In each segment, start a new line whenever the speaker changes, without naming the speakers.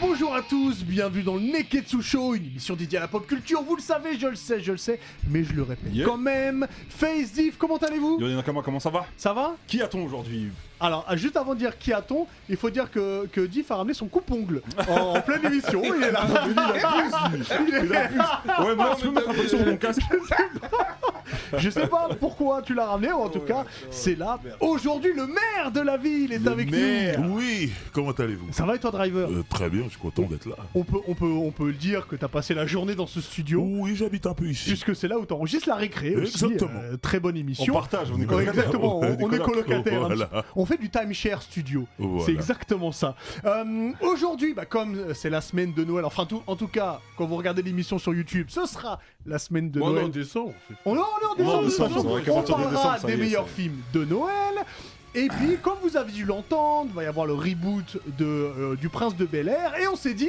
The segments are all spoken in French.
bonjour à tous, bienvenue dans le Neketsu Show, une émission dédiée à la pop culture, vous le savez, je le sais, je le sais, mais je le répète
Yeah.
quand même. Face Diff, comment allez-vous
Yo Nakama, comment ça va
Ça va
Qui a-t-on aujourd'hui
Alors, ah, juste avant de dire qui a-t-on, il faut dire que, que Diff a ramené son coupongle en, en pleine émission, il est là. Il est- Ah,
Ouais, moi, tu peux mettre un peu sur mon casque.
Je sais pas pourquoi tu l'as ramené, ou en tout cas, c'est Oh là. Aujourd'hui, le maire de la ville est avec nous.
Oui, comment allez-vous
Ça va et toi, Driver
Euh, Très bien, je suis content d'être là.
on peut, on, peut, on peut le dire que t'as passé la journée dans ce studio,
Oui, j'habite un peu ici.
puisque c'est là où t'enregistres la récré aussi.
Exactement.
euh, très bonne
On
émission.
partage, on est
Ouais,
collègues.
exactement, on,
On est
on est colocataire. hein.
Voilà.
hein.
On fait du timeshare studio.
Voilà.
C'est exactement ça. Euh, Aujourd'hui, bah, comme c'est la semaine de Noël, enfin tout- en tout cas, quand vous regardez l'émission sur YouTube, ce sera la semaine de
Moi,
Noël.
non, descends.
On est en
Non,
décembre,
en
de toute
décembre,
façon.
c'est vrai qu'à
on
partir de
parlera
décembre, ça y
des
est,
meilleurs
ça
films de Noël. Et puis, comme vous avez dû l'entendre, il va y avoir le reboot de, euh, du Prince de Bel Air. Et on s'est dit,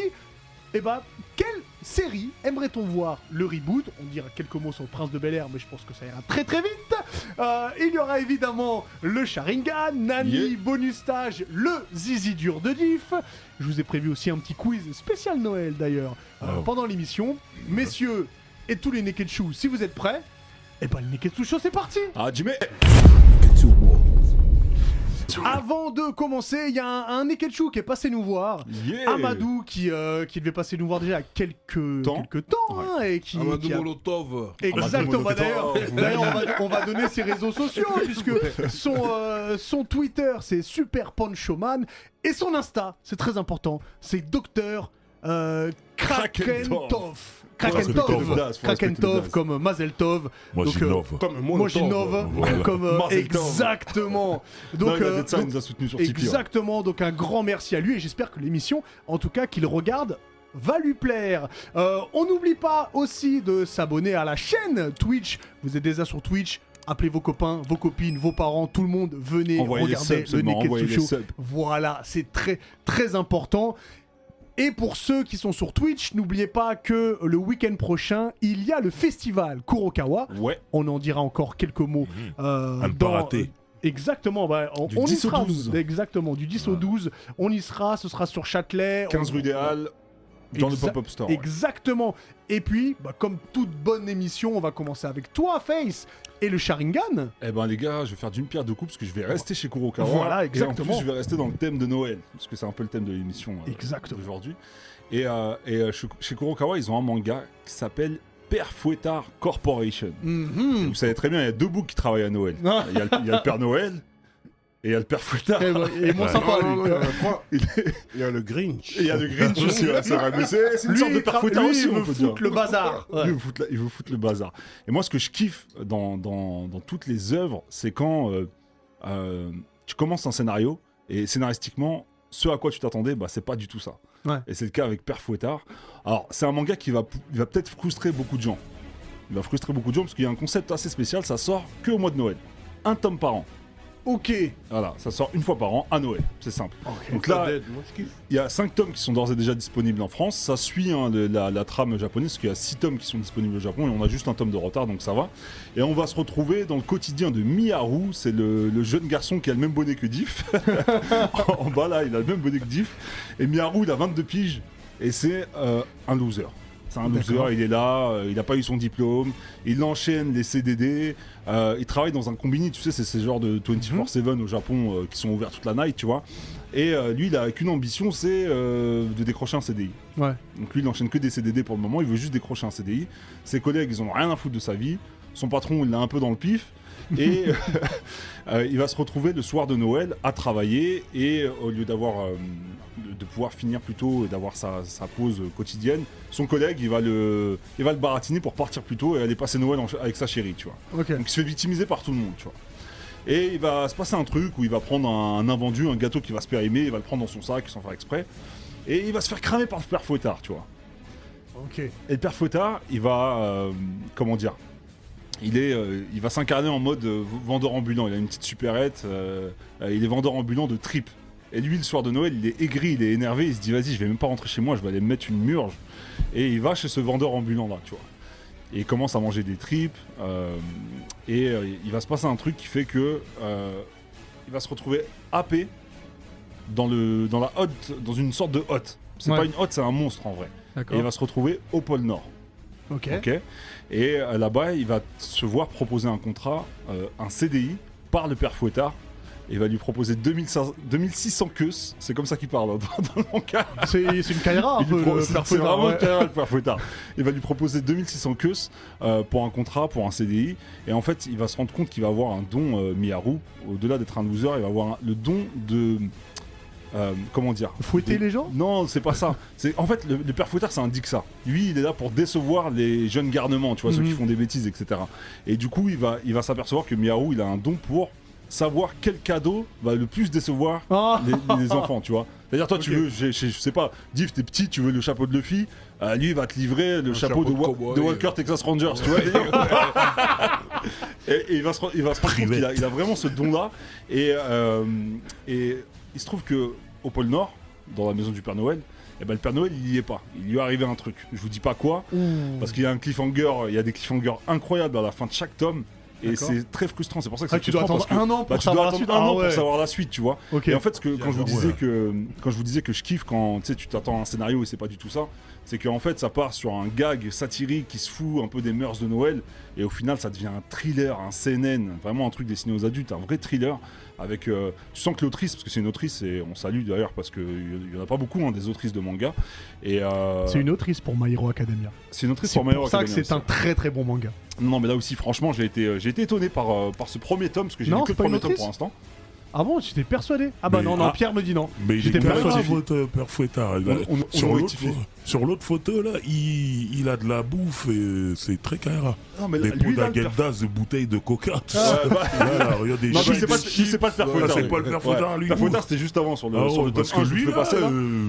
eh ben, quelle série aimerait-on voir le reboot On dira quelques mots sur le Prince de Bel Air, mais je pense que ça ira très très vite. Euh, il y aura évidemment le Sharingan, Nani,
Yeah.
Bonus Stage, le Zizi Dur de Diff. Je vous ai prévu aussi un petit quiz spécial Noël d'ailleurs euh,
Oh.
pendant l'émission. Messieurs et tous les Neketsu, si vous êtes prêts, eh ben le Neketsu Show c'est parti
Ah, Jimmy
Avant de commencer, il y a un, un Neketsu qui est passé nous voir.
Yeah
Amadou qui, euh, qui devait passer nous voir déjà il y a quelques
Temps.
quelques temps hein, et qui,
Amadou
qui a-
Molotov.
Exactement.
Amadou
D'ailleurs,
Molotov.
d'ailleurs, on, va, on va donner ses réseaux sociaux puisque son, euh, son Twitter c'est Super Ponchoman et son Insta, c'est très important, c'est Docteur euh, Krakentov. Krakentov,
Krakentov.
Krakentov comme Mazeltov,
Moi,
Donc, euh,
j'innove.
Comme
moi j'innove,
Voilà.
comme euh,
Mazeltov.
exactement.
Non,
Donc,
il a
euh,
dit ça, il
donc,
nous a soutenu sur Tipeee. hein. ouais.
Exactement, donc un grand merci à lui et j'espère que l'émission, en tout cas qu'il regarde, va lui plaire. Euh, on n'oublie pas aussi de s'abonner à la chaîne Twitch. Vous êtes déjà sur Twitch, appelez vos copains, vos copines, vos parents, tout le monde, venez
Envoyez les
regarder
subs,
le
seulement, envoyez
Naked
les
Show.
subs.
Voilà, c'est très très important. Et pour ceux qui sont sur Twitch, n'oubliez pas que le week-end prochain, il y a le festival Kurokawa.
Ouais,
On en dira encore quelques mots.
Mhm.
euh,
À ne pas
dans-
rater.
Exactement, bah, on,
Du
on y
10 au
sera.
12.
Exactement, du 10 au 12, on y sera, ce sera sur Châtelet.
15
on-
rue des Halles, dans le
Exact-
pop-up store. ouais.
Exactement. Et puis, bah, comme toute bonne émission, on va commencer avec toi, Face, et le Sharingan.
Eh ben les gars, je vais faire d'une pierre deux coups parce que je vais rester chez Kurokawa.
Voilà,
Et en
exactement.
plus, je vais rester dans le thème de Noël parce que c'est un peu le thème de l'émission euh,
Exactement.
d'aujourd'hui. Et, euh, et, euh, chez chez Kurokawa, ils ont un manga qui s'appelle Père Fouettard Corporation. Vous savez très bien, il y a deux boucs qui travaillent à Noël.
Ah.
Il y, a le- il y a le Père Noël et il y a le Père Fouettard.
Et, bah, et mon sympa, lui.
Il est-
Il y a le Grinch.
et il y a le Grinch aussi, ouais, c'est vrai. Mais c'est c'est une
Lui,
sorte de
il tra-
Père Fouettard
lui,
aussi,
il
on
veut
peut
foutre
dire.
le bazar. Ouais.
Il veut foutre la- il veut foutre le bazar. Et moi, ce que je kiffe dans, dans- dans toutes les œuvres, c'est quand euh, euh, tu commences un scénario et scénaristiquement, ce à quoi tu t'attendais, bah, c'est pas du tout ça.
Ouais.
Et c'est le cas avec Père Fouettard. Alors, c'est un manga qui va, pou- il va peut-être frustrer beaucoup de gens. Il va frustrer beaucoup de gens parce qu'il y a un concept assez spécial, ça sort que au mois de Noël. Un tome par an.
Ok.
Voilà, ça sort une fois par an à Noël, c'est simple. Donc là,
Là, moi je kiffe.
il y a 5 tomes qui sont d'ores et déjà disponibles en France. Ça suit hein, le- la, la trame japonaise, parce qu'il y a 6 tomes qui sont disponibles au Japon et on a juste un tome de retard, donc ça va. Et on va se retrouver dans le quotidien de Miharu, c'est le, le jeune garçon qui a le même bonnet que Diff. en en bas là, il a le même bonnet que Diff. Et Miharu, il a 22 piges et c'est euh, un loser. C'est un
D'accord.
loser, il est là, euh, il n'a pas eu son diplôme, il enchaîne les CDD, euh, il travaille dans un combini, tu sais, c'est ces genres de 24-7 au Japon euh, qui sont ouverts toute la night, tu vois. Et euh, lui, il a qu'une ambition, c'est euh, de décrocher un CDI.
Ouais.
Donc lui, il enchaîne que des CDD pour le moment, il veut juste décrocher un CDI. Ses collègues, ils ont rien à foutre de sa vie. Son patron, il l'a un peu dans le pif. Et euh, euh, il va se retrouver le soir de Noël à travailler. Et euh, au lieu d'avoir. euh, de- de pouvoir finir plus tôt et d'avoir sa, sa pause euh, quotidienne, son collègue, il va, le, il va le baratiner pour partir plus tôt et aller passer Noël en- avec sa chérie, tu vois.
Ok.
Donc il se fait victimiser par tout le monde, tu vois. Et il va se passer un truc où il va prendre un, un invendu, un gâteau qui va se périmer, il va le prendre dans son sac sans faire exprès. Et il va se faire cramer par le père Fouettard, tu vois.
Ok.
Et le père Fouettard, il va. euh, comment dire il, est, euh, il va s'incarner en mode euh, vendeur ambulant. Il a une petite supérette. euh, euh, il est vendeur ambulant de tripes. Et lui, le soir de Noël, il est aigri, il est énervé. Il se dit Vas-y, je vais même pas rentrer chez moi, je vais aller me mettre une murge. Et il va chez ce vendeur ambulant là, tu vois. Et il commence à manger des tripes. euh, et euh, il va se passer un truc qui fait que. euh, il va se retrouver happé dans, le, dans la hotte, dans une sorte de hotte. C'est
Ouais.
pas une hotte, c'est un monstre en vrai. Et il
D'accord.
va se retrouver au pôle Nord.
Ok.
ok Et euh, là-bas, il va se voir proposer un contrat, euh, un CDI, par le père Fouettard. Et il va lui proposer 2500 2600 queues. C'est comme ça qu'il parle hein, dans, dans le manga.
C'est c'est une carrière un
Il lui
peu,
pro-
Ah, le
c'est-
père
c'est
Fouettard,
vraiment
ouais.
carrément le père Fouettard. Il va lui proposer 2600 queues euh, pour un contrat, pour un CDI. Et en fait, il va se rendre compte qu'il va avoir un don euh, Miyaru. Au-delà d'être un loser, il va avoir un- le don de. euh, comment dire
Fouetter
Des-
les gens
non, c'est pas ça. C'est en fait le, le père Fouettard, c'est un dick ça. Lui, il est là pour décevoir les jeunes garnements, tu vois, ceux
Mhm.
qui font des bêtises, etc. Et du coup, il va, il va s'apercevoir que Miaou, il a un don pour savoir quel cadeau va le plus décevoir
Ah,
les, les enfants, tu vois. C'est-à-dire toi, tu
Ok.
veux, je, je- je sais pas, Diff, t'es petit, tu veux le chapeau de Luffy, euh, lui, il va te livrer le
Un
chapeau,
chapeau
de,
de
Wa-
cowboy.
de
euh.
Walker Texas Rangers, tu vois. et, et il va se, re- il va se rendre compte
Private.
qu'il a, il a vraiment ce don-là. Et, euh, et il se trouve que au pôle Nord, dans la maison du Père Noël, eh ben, le Père Noël, il y est pas. Il lui est arrivé un truc. Je vous dis pas quoi, parce qu'il y a un cliffhanger, il y a des cliffhangers incroyables à la fin de chaque tome. Et
D'accord.
c'est très frustrant, c'est pour ça que
Ah,
c'est
tu dois
frustrant,
attendre
parce que-
un an
bah,
pour
tu dois
savoir la
attendre
suite.
un
Ah
an
ouais.
pour savoir la suite, tu vois.
Ok.
Et en fait, que, quand, je vous
Ouais.
disais que, quand je vous disais que je kiffe quand tu sais, tu t'attends à un scénario et c'est pas du tout ça, c'est qu'en en fait, ça part sur un gag satirique qui se fout un peu des mœurs de Noël, et au final, ça devient un thriller, un CNN, vraiment un truc destiné aux adultes, un vrai thriller. Avec, euh, tu sens que l'autrice, parce que c'est une autrice, et on salue d'ailleurs parce qu'il y en a pas beaucoup hein, des autrices de manga. Et euh,
C'est une autrice pour My Hero Academia.
c'est une autrice
C'est
pour
pour,
My Hero
ça que
Academia
c'est un
aussi.
très très bon manga.
Non, mais là aussi, franchement, j'ai été, j'ai été étonné par, euh, par ce premier tome parce que j'ai
Non,
lu que
c'est
le
pas une
premier tome
autrice
pour l'instant.
Ah bon, j'étais persuadé. Ah bah
Mais-
non, non,
ah.
Pierre me dit non.
Mais il
J'étais
est grave,
persuadé.
votre père Fouettard. Il a-
On- on- on
Bah, sur
le
l'autre
rectifie.
sur l'autre photo, là, il, il a de la bouffe et euh, c'est très carré.
Non, mais
Des
là, lui,
pots
là, le père-
d'agendas, des bouteilles de coca.
Ah,
tout ça.
bah,
Là, il y a des
Non, lui,
chips,
c'est pas,
des
lui,
chips.
c'est pas le père
Ah,
Fouettard.
c'est
lui.
pas le père Fouettard, lui.
Le père Fouettard, c'était juste avant sur le,
Ah
sur
ouais,
le tome
parce
1,
que
je
lui,
fais
là,
pas ça, là.
euh,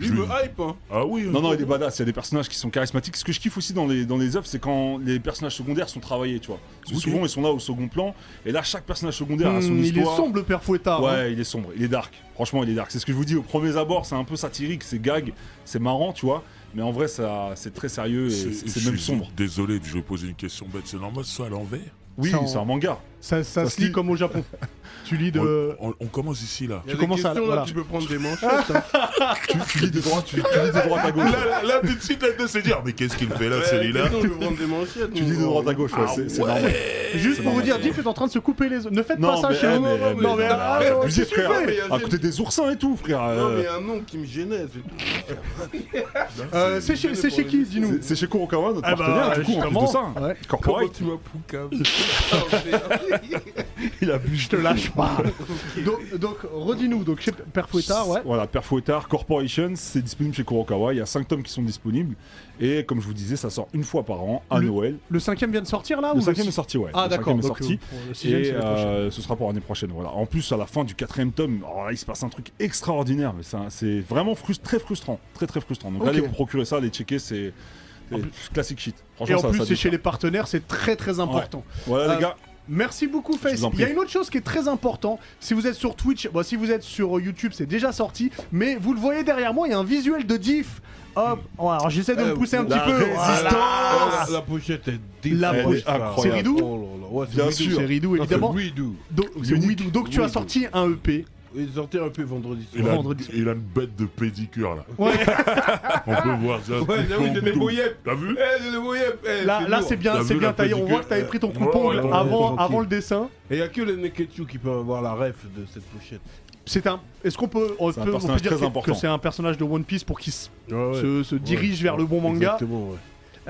Lui
je
me
vais-
hype, hein.
Ah oui.
Non, non, il est badass, il y a des personnages qui sont charismatiques. Ce que je kiffe aussi dans les, dans les œuvres, c'est quand les personnages secondaires sont travaillés, tu vois. Parce que
Ok.
souvent, ils sont là au second plan, et là, chaque personnage secondaire a son
Hmm, il est
histoire.
sombre, le père Fouettard. hein.
Ah, Ouais, il est sombre, il est dark. Franchement, il est dark. C'est ce que je vous dis au premier abord, c'est un peu satirique, c'est gag, c'est marrant, tu vois. Mais en vrai, ça, c'est très sérieux et c'est c'est
je
même
suis
sombre.
Désolé, je vais poser une question bête. C'est normal, ça à l'envers.
Oui,
Ça, on-
c'est un manga.
Ça, ça
Ça
se
se
lit
lit.
comme au Japon. tu lis de.
On, on- on commence ici, là.
Il y
Tu
a des
commences à-
questions là,
voilà.
tu peux prendre des manchettes. hein.
Tu, Ah, tu lis de droite, tu, tu lis de droite à gauche.
Là, là, là, tout de suite, là, de se dire, mais qu'est-ce qu'il fait là,
Ouais,
celui-là
sinon, je peux prendre des manchettes.
Tu lis de droite à gauche, Ah, ouais, c'est c'est normal.
Juste pour vous
normal,
dire,
c'est
Diff est en train de se couper les. Ne faites
Non,
pas ça
mais-
chez
eh,
vous.
mais-
mais-
Non, mais.
non,
ah,
Ah,
ouais,
abusé,
qu'est-ce que tu
frère.
fais
À côté des oursins et tout, frère.
Non, mais il
euh,
y a un nom qui me gênait. c'est tout.
Euh, C'est chez c'est chez qui, dis-nous
C'est c'est chez Kurokawa, notre
Ah bah,
partenaire, du coup, en plus de ça.
justement, ouais.
Comment
Corporate,
tu m'as poucave Ah,
il a bu.
Je te lâche pas. donc, donc redis-nous, donc chez Père Fouettard, ouais.
Voilà, Père Fouettard Corporation, c'est disponible chez Kurokawa. Il y a 5 tomes qui sont disponibles. Et comme je vous disais, ça sort une fois par an, à
Le-
Noël.
Le cinquième vient de sortir là
Le
ou
cinquième est
six-
sorti, ouais.
Ah
Le
d'accord,
cinquième est
donc
sorti.
euh, pour le sixième
Et
c'est la prochaine.
euh, ce sera pour l'année prochaine. Voilà. En plus, à la fin du quatrième tome, alors là, il se passe un truc extraordinaire. mais c'est un- C'est vraiment frus- très frustrant. Très, très frustrant. Donc,
Ok.
allez vous procurer ça, allez checker. C'est c'est classique shit.
Et
Franchement,
en
ça-
plus
ça
c'est
déchire.
chez les partenaires, c'est très très important.
Voilà,
Euh,
les gars.
Merci beaucoup
vous
Face.
en
Il
prie.
y a une autre chose qui est très important. Si vous êtes sur Twitch, bon, si vous êtes sur euh, YouTube, c'est déjà sorti, mais vous le voyez derrière moi, il y a un visuel de diff. Hop, Oh, alors j'essaie de me
Euh,
pousser un
la ah,
petit peu. Voilà.
La pochette est
La
défoncée,
pochette.
frère.
C'est Ridou
Oh là là, ouais, c'est
Bien
Ridou.
sûr.
C'est Ridou
Non, c'est
évidemment.
Ridou.
Donc, c'est
Unique.
Widou. Donc tu as
Widou.
sorti un E EP.
Ils sortaient un peu vendredi
il a,
soir.
Vendredi.
il a une bête de pédicure là.
Ouais.
On peut voir ça.
Ouais, j'avoue, j'ai des bouillettes.
T'as vu
Eh, j'ai des bouillettes. eh,
Là, là
lourd.
c'est bien,
T'as
c'est
vu
bien
la
taillé. On
petite
voit
gueule
que t'avais pris ton
Ouais,
coup de
ouais,
poing
ouais,
avant,
tranquille.
avant le dessin.
Et il n'y a que le Neketsu qui peut avoir la ref de cette pochette.
C'est un. Est-ce qu'on peut, on
C'est
peut,
un
on peut
personnage
dire
très
que- que
important.
c'est un personnage de One Piece pour qu'il se,
Ouais,
se- se dirige vers le Ah bon manga
Exactement, ouais.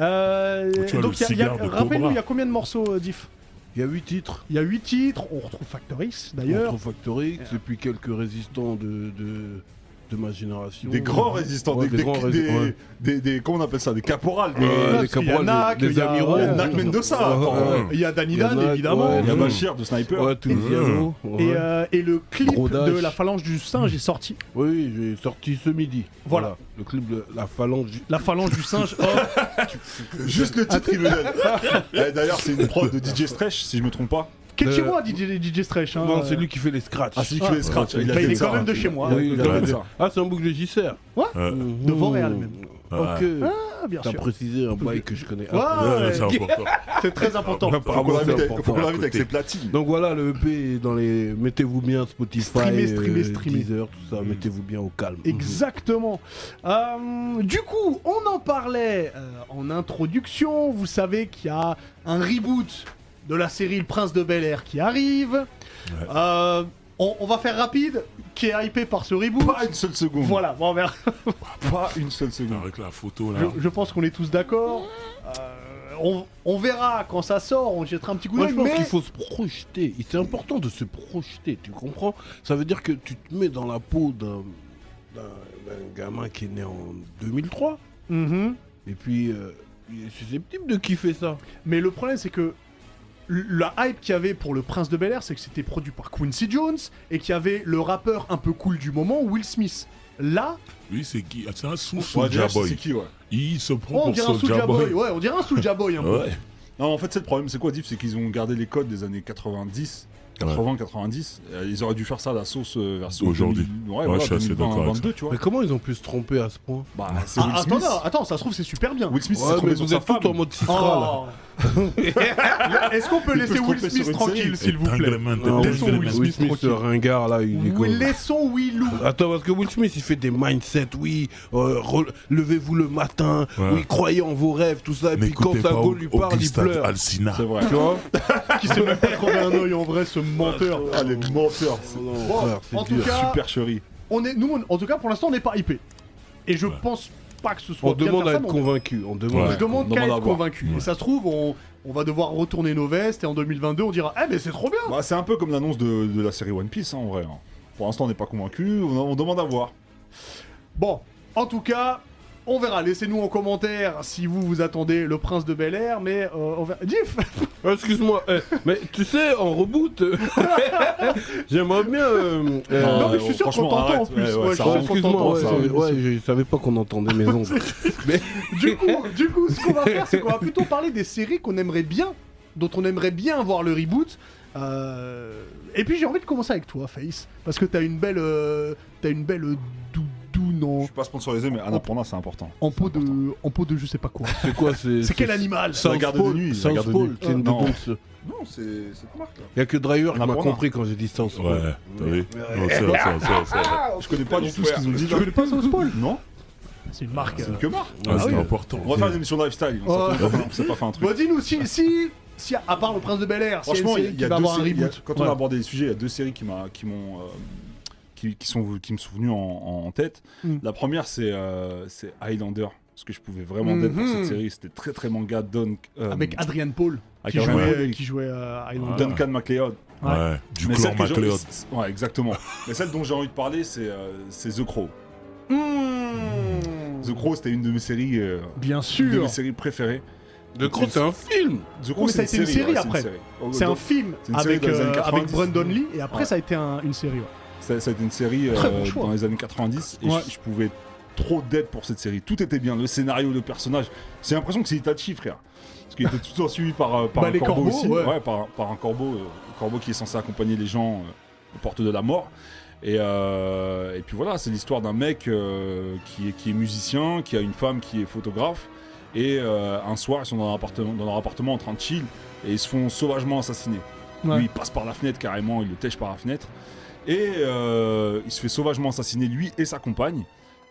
Euh,
Oh,
Tu as
Donc
le
il y a- il y a-
cigare de
rappelle-nous,
Cobra.
il y a combien de morceaux, euh, Diff
Il y a 8 titres.
Il y a 8 titres, on retrouve Factor X d'ailleurs.
Contre Factory, et puis quelques résistants de, de, de ma génération.
Des grands résistants,
Ouais,
des,
des grands
des-
rési-
des-
ouais.
des- des- Comment on appelle ça Des caporales. Des,
Ouais,
parce qu'il y a
caporales,
Nak, il y a-
amiraux.
ouais,
Nak Mendoza,
Ouais,
attends.
Ah ouais.
Il y a Danny
Il y a
Dan,
Nak,
évidemment.
ouais,
Il y a
Mmh.
Bachir de Sniper.
Ouais, Tunisiano, ouais.
Et, euh, et le clip
Gros dash.
de La phalange du singe est sorti.
Oui, j'ai sorti ce midi.
Voilà.
Le clip de la phalange. du-
La phalange du singe, oh,
Juste le titre, il me donne. Eh, D'ailleurs, c'est une prod de DJ Stretch, si je me trompe pas.
qui est de chez moi, DJ, DJ Stretch. hein.
Non, c'est lui qui fait les scratchs.
Ah, c'est lui qui
Ah.
fait les scratch.
Bah,
a
il
fait
est
ça,
quand même
hein.
de chez moi.
Il a- il a
Oui,
fait
il a-
ça.
Ah, c'est un boucle de JCR.
Ouais.
Mhm.
De Montréal, même.
Ok.
Ah, bien
T'as
sûr.
précisé un bail que je connais.
Ouais,
Ah,
Ouais,
ouais.
c'est important.
C'est très important.
Faut
Ah,
qu'on l'invite
Ah, c'est
avec-
important,
faut qu'on
à
l'invite avec ses
côté.
platines.
Donc voilà, le EP est dans les. Mettez-vous bien Spotify,
Streamez, streamez,
euh,
streamez.
Deezer, tout ça. Mettez-vous bien au calme.
Exactement. Euh, du coup, on en parlait euh, en introduction. Vous savez qu'il y a un reboot de la série Le Prince de Bel Air qui arrive.
Ouais.
Euh, on, on va faire rapide. Qui est hypé par ce reboot
Pas une seule seconde.
Voilà, bon, on verra.
Pas une seule seconde.
Avec la photo là.
Je, je pense qu'on est tous d'accord. Euh, on, on verra quand ça sort. On jettera un petit coup
Moi,
d'œil.
je pense
mais-
qu'il faut se projeter. Et C'est important de se projeter, tu comprends Ça veut dire que tu te mets dans la peau d'un d'un- d'un gamin qui est né en 2003.
Mhm.
Et puis, euh, il est susceptible de kiffer ça.
Mais le problème, c'est que l- la hype qu'il y avait pour le Prince de Bel Air, c'est que c'était produit par Quincy Jones et qu'il y avait le rappeur un peu cool du moment, Will Smith. Là,
Lui, c'est qui Ah, C'est un sous
Ouais, déjà,
Soulja
C'est
Boy.
qui, ouais.
Il se prend
on
Oh, pour
dirait un
Soulja
Soulja Boy.
Boy.
Ouais, on dirait un Soulja Boy un peu.
Ouais.
Non, en fait, c'est le problème, c'est quoi, Diff C'est qu'ils ont gardé les codes des années 90, 80, 90. Euh, Ils auraient dû faire ça à la sauce euh, version
Aujourd'hui.
2000, Ouais,
Ouais,
voilà,
je suis assez
2020,
d'accord avec
22, tu vois.
Mais comment ils ont pu se tromper à ce point
Bah, c'est
Ah,
Will
attends,
Smith.
non, attends, ça se trouve, c'est super bien.
Will Smith s'est
Ouais, mais
trompé sur
vous
sa
êtes
femme.
tout en mode Citra
Oh.
là.
Est-ce qu'on peut
Il peut
laisser
se
Will
tromper sur
Smith
une
tranquille,
série.
s'il vous plaît
Entanglement,
Non,
t'es
Will
Laissons
tellement-
Smith, Will Smith, ce ringard là, il est
Will-
con.
Laissons Willou.
Attends, parce que Will Smith, il fait des mindsets, oui, euh, re- levez-vous le matin,
Ouais.
oui, croyez en vos rêves, tout ça, et puis quand
N'écoutez pas
Sago lui parle, il
Augustin
pleure.
Alsina.
C'est vrai.
Tu vois
qui s'est même pas crevé un oeil en vrai, ce menteur.
Ah, les menteurs. c'est-
Bon,
frère, c'est
en tout
dur.
cas,
Supercherie.
on est, nous, on- en tout cas, pour l'instant, on n'est pas hypé. Et je
Ouais.
pense pas que ce soit
On
bien de
demande
faire
à
ça,
être
mais on-
convaincu, on demande.
Je
Ouais.
à-
demande
on
qu'à
demande à
être
voir.
convaincu. Et
Ouais.
ça se trouve, on, on va devoir retourner nos vestes et en 2022, on dira Eh, mais c'est trop bien
Bah, c'est un peu comme l'annonce de, de la série One Piece, hein, en vrai. hein. Pour l'instant, on n'est pas convaincu, on, on demande à voir.
Bon, en tout cas, on verra. Laissez-nous en commentaire si vous vous attendez le prince de Bel Air, mais euh, on verra. Diff
Euh, Excuse-moi, eh, mais tu sais, en reboot, euh, j'aimerais bien. euh,
Ah.
euh,
Eh, Non, mais
ouais,
je suis sûr qu'on
franchement,
t'entend en
arrête.
plus.
Ouais,
Ouais, je
ouais, ça
suis
ouais,
sûr
rend-
qu'on
Excuse-moi,
t'entend,
ouais,
ça.
je- ouais, je savais pas qu'on entendait mes ondes. mais
Du coup, du coup, ce qu'on va faire, c'est qu'on va plutôt parler des séries qu'on aimerait bien, dont on aimerait bien voir le reboot. Euh, Et puis j'ai envie de commencer avec toi, Face, parce que t'as une belle, euh, t'as une belle euh, doudoune
Je
en,
suis pas sponsorisé, mais
Oh.
Annapurna, c'est important.
en peau de, en peau de je sais pas quoi.
c'est quoi
C'est quel animal
Ça,
South
garde de nuit,
Paul,
la
South
garde de
Paul,
nuit.
c'est une
Non.
douce.
Non, c'est cette marque-là.
Il y a que Driver qui
On
m'a
apprend,
compris quand j'ai dit South Paul.
Ouais, t'as vu Non, c'est ça, ça, ça.
Je connais
Ah,
pas du tout ce qu'ils ont dit. là.
pas South Paul
Non,
C'est une marque. euh.
c'est que marque.
Ah,
oui.
c'est important.
On va faire une émission de lifestyle.
Ouais.
Ça fait longtemps que C'est pas fait un truc.
Bon, Bah, dis-nous, si, si, si, à part le Prince de Bel Air,
Franchement, il y a- il y a deux
avoir un
séries. il y a-
reboot.
Quand on a abordé les sujets, il y a deux séries qui m'a- qui m'ont. euh, Qui, qui sont, qui me sont venues en, en tête.
Mm.
La première, c'est euh, c'est Highlander. Parce que je pouvais vraiment d'être pour
Mhm.
cette série. C'était très très manga. Don, euh, Ah,
Avec Adrian Paul,
avec
qui
Adrian
jouait,
Paul.
qui jouait euh, Highlander.
Ouais.
Duncan MacLeod.
Ouais, Ah. du
Mais
clan
celle que j'ai-
MacLeod.
c- Ouais, exactement. Mais celle dont j'ai envie de parler, c'est euh, c'est The Crow. The Crow, c'était une de mes séries, euh,
Bien
une de
Mm. sûr.
mes séries préférées.
De Croc,
hein,
c'est un film
The
mais
Crow,
ça a
c'est
été une série
ouais,
après.
série. Oh,
C'est un
donc,
film
c'est une série
avec,
dans les
euh,
années
avec
90.
Brandon Lee et après
Ouais.
ça a été un- une série. ouais.
Ça, ça a été une série
Très
euh,
bon choix.
dans les années 90 et
Ouais.
je, je pouvais trop d'être pour cette série. Tout était bien, le scénario, le personnage. J'ai l'impression que c'est Itachi, frère. Parce qu'il était tout le temps suivi par, euh, par
Bah,
un
les
corbeau
corbeaux,
aussi.
ouais.
par, par un corbeau. euh, un corbeau qui est censé accompagner les gens euh, aux portes de la mort. Et, euh, et puis voilà, c'est l'histoire d'un mec euh, qui, est, qui est musicien, qui a une femme qui est photographe. Et euh, un soir, ils sont dans leur, appartement, dans leur appartement en train de chill et ils se font sauvagement assassiner.
Ouais.
Lui, il passe par la fenêtre carrément, il le tèche par la fenêtre. Et euh, il se fait sauvagement assassiner, lui et sa compagne.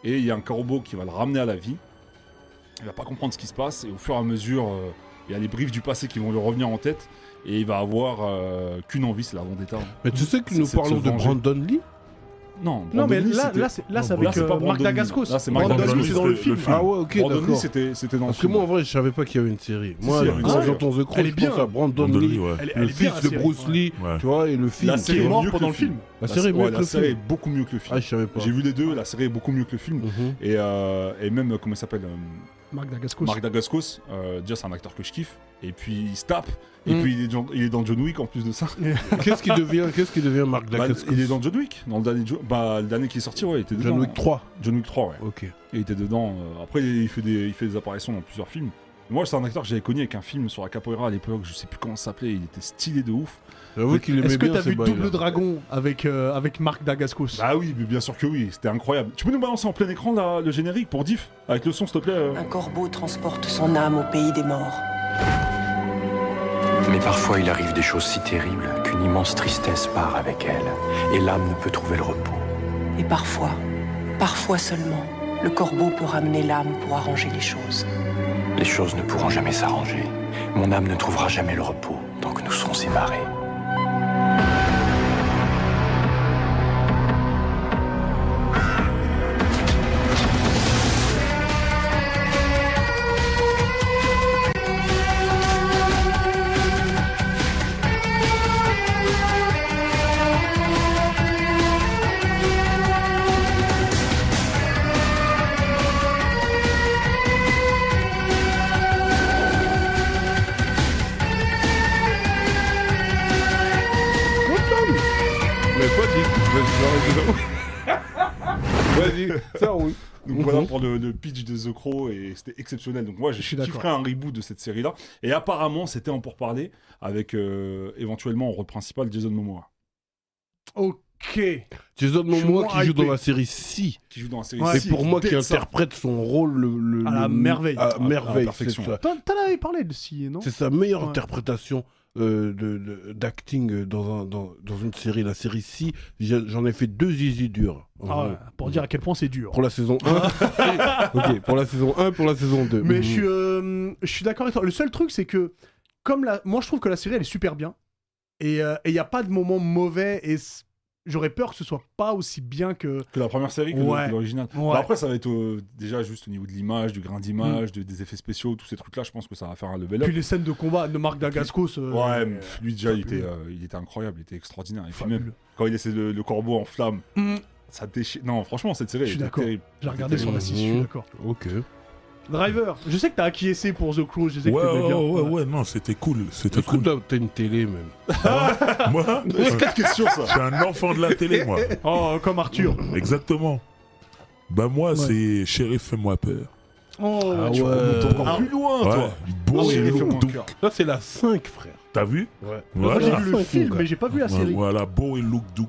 Et il y a un corbeau qui va le ramener à la vie. Il va pas comprendre ce qui se passe. Et au fur et à mesure, euh, il y a les briefs du passé qui vont lui revenir en tête. Et il va avoir euh, qu'une envie, c'est la vendetta.
Mais tu sais que
C'est-
nous
c'est de
parlons
se
de
venger.
Brandon Lee
Non,
Non,
Brandon
mais
Lee,
là,
c'était-
là, c'est là, c'est
Non,
avec
là, c'est
euh,
pas
Marc
Brandon Lee.
Dagascos.
Là, c'est Marc
Brandon
Dagascos,
Lee, c'est dans le
le-
film.
le film.
Ah ouais, ok,
Brandon Lee,
d'accord.
c'était c'était dans le
Parce que
film.
moi, en vrai, je savais pas qu'il y avait une série. Moi,
si, il y avait une
quand
série.
j'entends The Crow,
Elle est
je pense
bien.
à Brandon
Brandon
Lee,
Lee, ouais.
Elle- elle
le
est bien,
fils
la
de
série,
Bruce
ouais.
Lee,
Ouais.
tu vois, et le film.
la
qui est
série est
mort
mieux que
pendant
le
le film.
film.
La série est
ouais,
mieux que
la
le
série
film.
est beaucoup mieux que le film.
Ah, je savais pas.
J'ai vu les deux, la série est beaucoup mieux que le film.
Mhm.
Et, euh, et même, euh, comment il s'appelle euh,
Marc Dagascos.
Marc Dagascos, euh, déjà c'est un acteur que je kiffe, et puis il se tape, et
Mm.
puis il est, dans, il est dans John Wick en plus de ça.
Qu'est-ce qui devient, qu'est-ce qui devient Marc
Bah,
Dacascos
il est dans John Wick, dans le dernier, Jo- bah, le dernier qui est sorti, ouais, il était dedans. hein.
John Wick 3.
John Wick 3, ouais.
Ok.
Il était dedans, euh, après il fait, des, il fait des apparitions dans plusieurs films, Moi, c'est un acteur que j'avais connu avec un film sur la capoeira à l'époque, je sais plus comment ça s'appelait, il était stylé de ouf.
J'avoue qu'il aimait
Est-ce que
bien
t'as
ces
vu
bails-là.
Double Dragon avec, euh, avec Marc Dagascos
Bah oui, mais bien sûr que oui, c'était incroyable. Tu peux nous balancer en plein écran là, le générique pour diff Avec le son, s'il te plaît euh.
Un corbeau transporte son âme au pays des morts.
Mais parfois il arrive des choses si terribles qu'une immense tristesse part avec elle, et l'âme ne peut trouver le repos.
Et parfois, parfois seulement, le corbeau peut ramener l'âme pour arranger les choses.
Les choses ne pourront jamais s'arranger. Mon âme ne trouvera jamais le repos tant que nous serons séparés.
Mais pas dit.
Vas-y, ça roule.
Donc voilà pour le, le pitch de The Crow et c'était exceptionnel. Donc moi j'ai
Je suis
kifferais un reboot de cette série là. Et apparemment c'était en pourparlers avec euh, éventuellement en rôle principal Jason Momoa
Ok.
Jason
Je suis
Momoa
moins
qui joue
hypé.
dans la série Si.
qui joue dans la série.
Ouais,
C'est pour moi qui
Dead Star.
interprète son rôle le, le-
À la
le-
merveille.
À
À- à la
merveille, c'est
perfection.
ça.
T'en t'en avais parlé de si, non
C'est sa meilleure
Ouais.
interprétation euh, de- de- d'acting euh, dans, un- dans, dans une série. La série Si, j'ai- j'en ai fait deux zizi durs.
Ah ouais, Pour dire à quel point c'est dur.
Pour la saison 1. ok, pour la saison 1, pour la saison 2.
Mhm.
Mais je suis, euh, je suis d'accord avec toi. Le seul truc, c'est que, comme la... moi, je trouve que la série, elle est super bien. Et il n'y a pas de moment mauvais. Et c- j'aurais peur que ce soit pas aussi bien que.
Que la première série, que le-
Ouais.
que l'original.
Ouais. Mm.
Bah après, ça va être euh, déjà juste au niveau de l'image, du grain d'image, de- des effets spéciaux, tous ces trucs-là. Je pense que ça va faire un level up.
Puis les scènes de combat de Marc Dagascos. euh,
Ouais, mais pff, lui déjà, il
fabuleux.
était, euh, il était incroyable, il était extraordinaire. Et puis
fabuleux.
même, quand il laissait le, le corbeau en flamme,
Mm.
ça déchire. Non, franchement, cette série,
Je suis
elle était
d'accord.
terrible.
J'ai regardé son
Mhm.
assise, je suis d'accord.
Ok.
Driver, je sais que t'as acquiescé pour The Crew, je sais
Ouais,
que
ouais,
t'aimais bien.
ouais, ouais, non, c'était cool. C'était
Est-ce Mmh. que
cool.
t'as- t'as une télé même
Moi, euh,
Ouais,
je
C'est quelle question ça
suis un enfant de la télé, moi.
Oh, comme Arthur.
Exactement. Bah, moi,
Ouais.
c'est Shérif, fais-moi peur.
Oh,
Ah
tu
ouais.
remontes encore
Ah,
plus.
Plus loin,
Ouais,
toi
beau
Oh,
et
Shérif,
lourd.
fais-moi un
Donc,
cœur.
Ça, c'est la 5, frère.
T'as vu
Ouais.
Moi,
Ah, Voilà.
J'ai vu le
Ouais,
film,
ouais.
mais j'ai pas vu la
Ouais,
série.
Voilà, beau et look doux.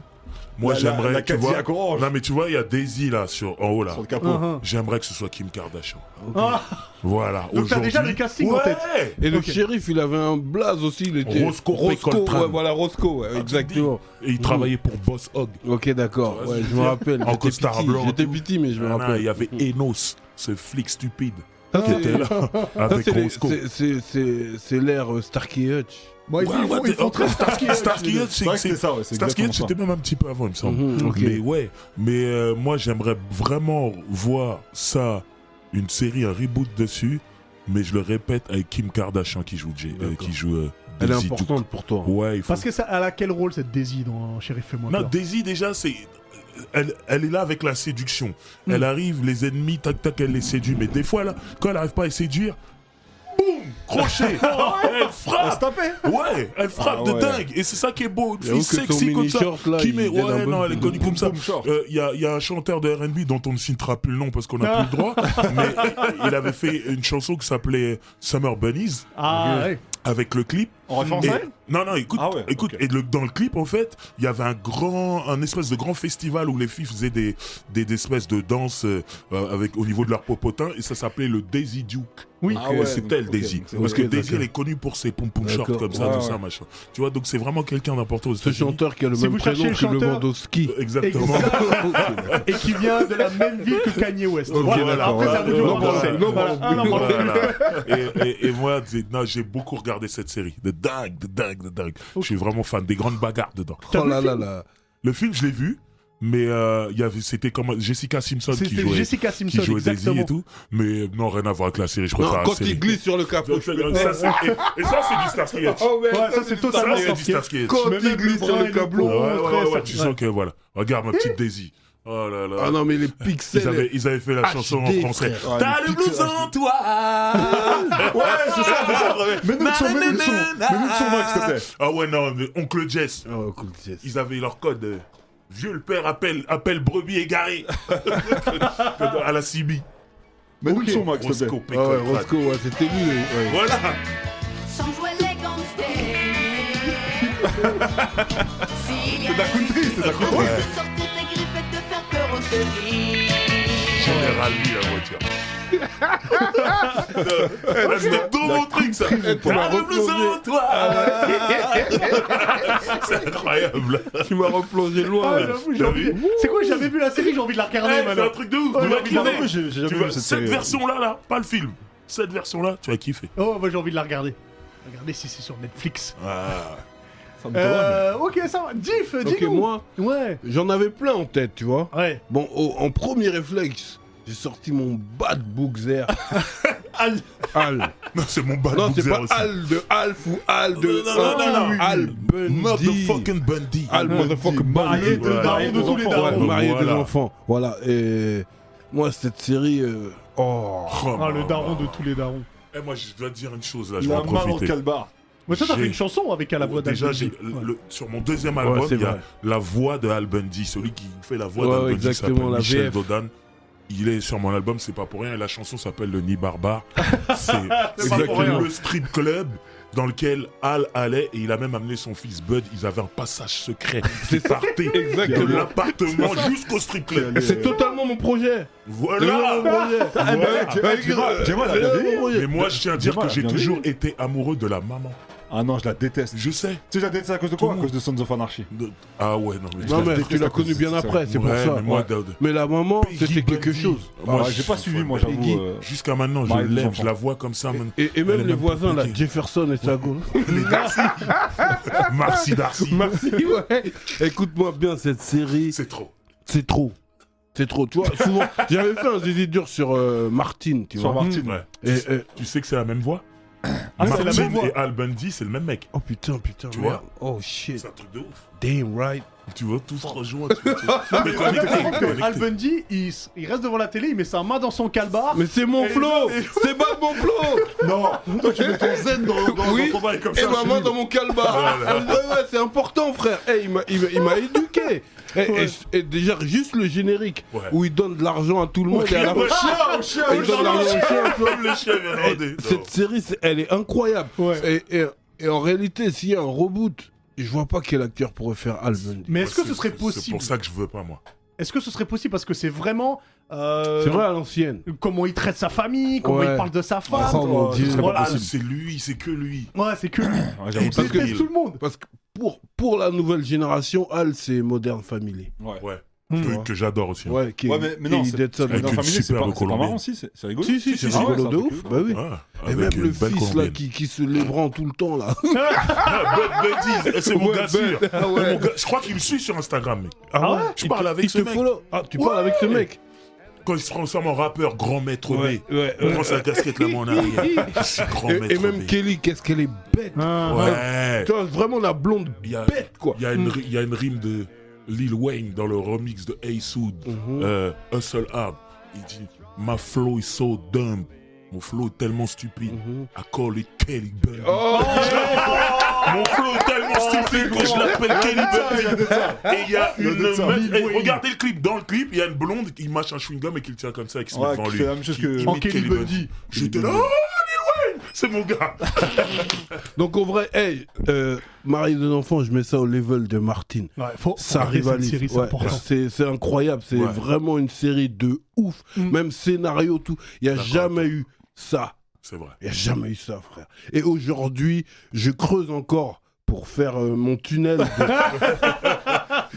Moi,
La-
j'aimerais,
la- la
tu vois.
Cadillac orange.
Non, mais tu vois, il y a Daisy là, sur, en haut là.
Sur le capot.
Uh-huh.
J'aimerais que ce soit Kim Kardashian.
Ah,
Voilà.
Donc, t'as
aujourd'hui-
déjà le casting en
Ouais
tête.
Et le
Ok.
shérif, il avait un blaze aussi. Il était...
Roscoe Ah, Coltrane.
ouais, voilà, Roscoe, ouais, exactement.
Et il travaillait pour Boss Hogg.
Ok, d'accord.
Tu vois
Ouais,
ce que
je
je
me
veux
rappelle.
En
J'étais
costard
petit,
blanc,
J'étais
tout.
petit, mais je me
Nanana,
rappelle.
Il y avait Enos, ce flic stupide,
Ça,
qui
Ah, c'est-
était là,
ça,
avec
c'est les-
Roscoe.
c'est- c'est- c'est- c'est l'ère euh, Starkey Hutch.
Bon, ils
Ouais,
font- ils
ouais,
font- ils
t'es-
font
oh,
très Starsky Hutch,
Starsky
les deux.
Hutch,
C'est vrai
c'est-
que
c'est
c'était ça, ouais, c'est
Starsky
exactement
Hutch,
ça.
c'était même un petit peu avant, il me semble.
Mhm, ok.
Mais ouais, mais euh, moi j'aimerais vraiment voir ça, une série, un reboot dessus, mais je le répète avec Kim Kardashian qui joue, Jay- euh,
D'accord.
qui joue euh,
Elle est
Daisy Duke.
importante pour toi. hein.
Ouais, il faut.
Parce que ça, elle a quel rôle cette Daisy dans Sheriff et moi
Non, Daisy déjà, c'est. Elle, elle est là avec la séduction.
Mm.
Elle arrive, les ennemis, tac tac, elle les séduit. Mais des fois, là, quand elle n'arrive pas à les séduire, boum, crochet, elle
On se
frappe.
tapait
Ouais, elle frappe
Ah
de
ouais.
dingue. Et c'est ça qui est beau, une
J'avoue
fille
que son
sexy comme ça.
mini-short, là,
qui
il
met...
donne un
Ouais,
peu-
non, elle est connue comme ça. Euh,
Boom short.
Il y, a, y a un chanteur de RB dont on ne citera plus le nom parce qu'on n'a plus le droit, mais il avait fait une chanson qui s'appelait Summer Bunnies
Ah, ouais.
avec le clip.
En référence
Et-
à elle
non, non, écoute,
Ah ouais,
écoute
ok.
et le- dans le clip, en fait, il y avait un grand, un espèce de grand festival où les filles faisaient des, des, des espèces de danses euh, euh, avec, au niveau de leur popotin, et ça s'appelait le Daisy Duke.
Oui.
Ah
Et
ouais, donc,
c'était le
ok,
Daisy.
donc c'est-
Parce
ok,
que Daisy,
d'accord.
elle est connue pour ses pompons
D'accord.
shorts comme ça,
Ouais,
tout ça,
ouais.
machin. Tu vois, donc c'est vraiment quelqu'un d'important aux
Ce
États-Unis. Euh,
chanteur qui a le
Si
même
vous cherchez
prénom
le
que le
chanteur-
Lewandowski.
Exactement.
Et qui vient de la même ville que Kanye West.
Ok,
voilà,
d'accord,
après, ça
voilà.
vous dit au
Non,
bah,
revoir.
voilà, non,
Voilà. Ah,
Oh
voilà.
non, voilà.
Euh, Voilà. Et, et- et moi, c'est- non, j'ai beaucoup regardé cette série. De dingue, de dingue, de dingue. Je suis vraiment fan des grandes bagarres dedans.
Oh là là là.
Le film, je l'ai vu, mais euh, il y avait, c'était comme Jessica Simpson qui
C'était
jouait,
Oh, Jessica
qui
Simpson,
jouait Daisy
exactement.
et tout. Mais non, rien à voir avec la série, je préfère
Non,
la
quand
série.
il glisse sur le capot,
Donc,
je
ça,
fais-
ça, c'est- et, et ça, c'est du Starsky Hutch.
Oh, merde,
Ouais, ça, c'est
du
totalement
Ça,
Starsky
sorti.
c'est du
Hutch.
Starsky Hutch.
Quand
Mais
il
même le
glisse sur
brun
le
et le
capot.
blond.
Ouais,
très
ouais, ouais,
Starsky
tu
Hutch.
sens que voilà. Regarde ma petite Daisy. Oh là là.
Mmh. Ah non, mais les
ils, avaient,
pixels.
ils avaient fait la
HD,
chanson en français.
frère.
T'as le blouson, toi
Ouais, c'est ça, c'est ça Mais nous le son, mais nous le son Mais nous le son, Max, s'il te plaît
Ah ouais, non, mais oncle Jess,
Oh, cool, yes.
ils avaient leur code. euh, Vieux le père appelle, appelle brebis égaré. à la CB.
Mais nous
Ok.
le son, Max, s'il te
Roscoe
plaît.
Ah ouais,
Pécole Crade.
Roscoe, ouais, c'était lui. ouais.
Voilà
Sans jouer les gangsters. S'il y a
C'est de la country, c'est de la country.
de sortir des griffes et de faire peur aux séries.
Général Lee, la voiture. Eh, là, C'était dans mon truc, ça. Ah, le blouson, toi C'est incroyable.
Tu m'as replongé loin.
Ah, j'avoue, j'ai
T'as
envie-
vu
C'est quoi, j'avais vu la série, j'ai envie de la
Eh,
regarder
C'est
maintenant.
un truc de ouf.
Ouais,
vous la
j'ai
Moi
kiffez.
non plus, j'ai- j'ai
Tu
jamais
vois,
vu cette
cette
série.
version-là, là, pas le film. Cette version-là, tu as kiffé.
Oh, moi j'ai envie de la regarder. Regardez si c'est sur Netflix.
Ah.
Ça
Eh,
me parle.
Euh, ok, ça va. Diff, dis-nous.
Ok, moi,
Ouais.
j'en avais plein en tête, tu vois.
Ouais.
Bon, au- en premier réflexe, j'ai sorti mon bad bookzer. Al. Al.
Non, c'est mon bad
Non, c'est
Boozer
pas
aussi.
Al de Alf ou Al de.
Non, non, non, non, non.
Al Bundy.
Motherfucking Bundy.
Al motherfucking
Marié
Bundy.
de
Ouais.
daron de tous les
Ouais,
darons.
donc
marié de
voilà.
l'enfant. Voilà. Et moi, cette série. euh, Oh.
Oh,
Ah, le
maman.
daron de tous les darons.
Eh, moi, je dois te dire une chose, là, je vais
La
en
main dans le
profiter.
calbar.
Mais toi, t'as
J'ai-
fait une chanson avec à la voix
Déjà,
d'Albin
j'ai-
Lee. Ouais.
le- sur mon deuxième album,
Ouais, c'est
il y a
vrai.
la voix de Al Bundy, celui qui fait la voix
Ouais,
d'Al Bundy, qui
exactement,
s'appelle
la
Michel
VF.
Dodan. Il est sur mon album, c'est pas pour rien. et La chanson s'appelle Le Nid Barbare. C'est c'est
pas pour rien.
le strip club dans lequel Al allait et il a même amené son fils Bud. Ils avaient un passage secret. qui partait de
Exactement.
l'appartement jusqu'au strip club.
C'est totalement mon projet.
Voilà.
Totalement mon projet.
Ah,
Voilà.
bah, Gemma, Gemma, Gemma, elle a bien
Totalement
vieilli.
mon projet.
Mais moi, je tiens à dire
Gemma,
que
elle a
j'ai
bien
toujours
vieilli.
été amoureux de la maman.
Ah non, je la déteste.
Je sais.
Tu sais, je la déteste à cause de quoi À
Tout.
cause de Sons of Anarchy.
De- Ah ouais, non, mais,
Non,
je la
mais
déteste
tu l'as
à cause
connu
de
bien
ça.
après, c'est pour
Ouais,
ça.
mais moi,
ouais.
de- de-
Mais la maman,
Peggy
c'était quelque
Bundy.
chose.
Ah,
je
j'ai
suis
pas suivi,
fan
moi,
de
j'avoue.
Peggy.
euh,
Jusqu'à maintenant, je
Marie des
l'aime,
enfants.
je la vois comme ça. man-
Et, et
Elle est
même les
même
voisins, là,
compliquée.
Jefferson et Sago.
Les Darcy. Marcy Darcy.
Merci, ouais. Écoute-moi bien, cette série,
C'est trop.
c'est trop. C'est trop. Tu vois, souvent, j'avais fait un zizi dur sur euh, Martine, tu
Sur
vois.
Martine.
Ouais.
Et, euh, et-
Tu sais que c'est la même voix
Ah, c'est la
Martin
même voix.
et Al Bundy, c'est le même mec.
Oh putain, putain,
Tu
merde. Oh shit.
C'est un truc de ouf.
Damn right.
Tu vois, tous se rejoindre. tu vois, tu vois. On est connectés, on est connectés.
Al Bundy, il, s- il reste devant la télé, il met sa main dans son calbar.
Mais c'est mon
Et-
flow
et-
C'est pas mon flow
Non, toi tu mets ton zen dans, dans- dans
Oui.
ton Ah, bail comme
Et
ça.
ma
je
main
suis
dans mon calbar. Ouais, ouais, c'est important, frère. Eh, il m'a- il m'a il m'a éduqué. Eh, Et, et déjà, juste le générique
Ouais.
où il donne de l'argent à tout le monde et à la
Au
fin,
chien, au chien,
il
au
donne de l'argent
chien.
au chien, tu vois.
Comme le chien vient de
Eh,
rôder. Non.
Cette série, c'est- elle est incroyable.
Ouais.
Et, et- et en réalité, s'il y a un reboot, je vois pas quel acteur pourrait faire Al Bundy.
Mais est-ce que
C'est-
ce serait
C'est
possible
pour ça que je veux pas, moi.
Est-ce que ce serait possible Parce que c'est vraiment. euh,
C'est vrai à l'ancienne.
Comment il traite sa famille, comment
Ouais.
il parle de sa femme.
Oh mon
euh,
Dieu.
ce serait pas
Ah,
possible.
c'est lui, c'est que lui.
Ouais, c'est que lui.
Ouais, j'avoue,
Il
c'est-
Parce que-
déteste tout le monde.
Parce que pour, pour la nouvelle génération, Al, c'est Modern Family.
Ouais.
Hmm.
Mm.
Que- Que j'adore aussi. hein.
Ouais, qui
Ouais, mais, mais non,
qui
c'est-
d'être ça
Modern
dedans.
une
Family, c'est
superbe
pas, c'est pas
Colombienne.
marrant, si, c'est c'est rigolo.
Si, si, c'est
ah ouais,
rigolo
ça,
de
c'est
ouf.
cool.
Bah oui.
Ah,
Et
avec
même
une
le
belle
fils là
Colombienne.
qui, qui se lébrant tout le temps là.
Ah, Bud Bundy, c'est mon
Ouais,
gars sûr.
Bud, ah ouais.
Mon gars- Je crois qu'il me suit sur Instagram, mec.
Ah ouais
Je parle avec
il
ce
te
mec.
follow. Ah, tu parles avec ce mec.
Quand il se transforme en rappeur, grand maître B.
Ouais, ouais,
Il
ouais.
prend sa casquette là, mon arrière. Je suis grand
Et-
maître
Et, même
B.
Kelly, qu'est-ce qu'elle est bête.
Ouais.
Tu vois, vraiment la blonde
Il y a-
bête quoi.
Il y, a une ri- il y a une rime de Lil Wayne dans le remix de Hey Soud,
Mhm.
euh, Hustle Hard. Il dit My flow is so dumb. Mon flow est tellement stupide.
Mhm.
I call it Kelly Bundy.
Oh,
Mon flow est tellement
Oh,
stupide que je l'appelle Kelly Bundy. Et il y a
Il y a
une
de ça.
meuf.
Lil
et
Wayne.
regardez le clip. Dans le clip, il y a une blonde qui mâche un chewing-gum et qui le tient comme ça et qui se met
Ouais,
devant
qui
lui.
fait la même chose que-
imite
En
Kelly
Kelly
Bundy.
Bundy. J'étais là, oh, Lil Wayne C'est mon gars
Donc en vrai, hey, euh, Marie des enfants, je mets ça au level de Martine.
Ouais, faut
Ça
arrêter cette
rivalise.
série, c'est
Ouais,
important.
c'est c'est incroyable, c'est
Ouais.
vraiment une série de ouf.
Mm.
Même scénario, tout. Il n'y a
D'accord.
jamais eu ça.
C'est vrai.
Il n'y a jamais eu ça, frère. Et aujourd'hui, je creuse encore pour faire euh, mon tunnel de,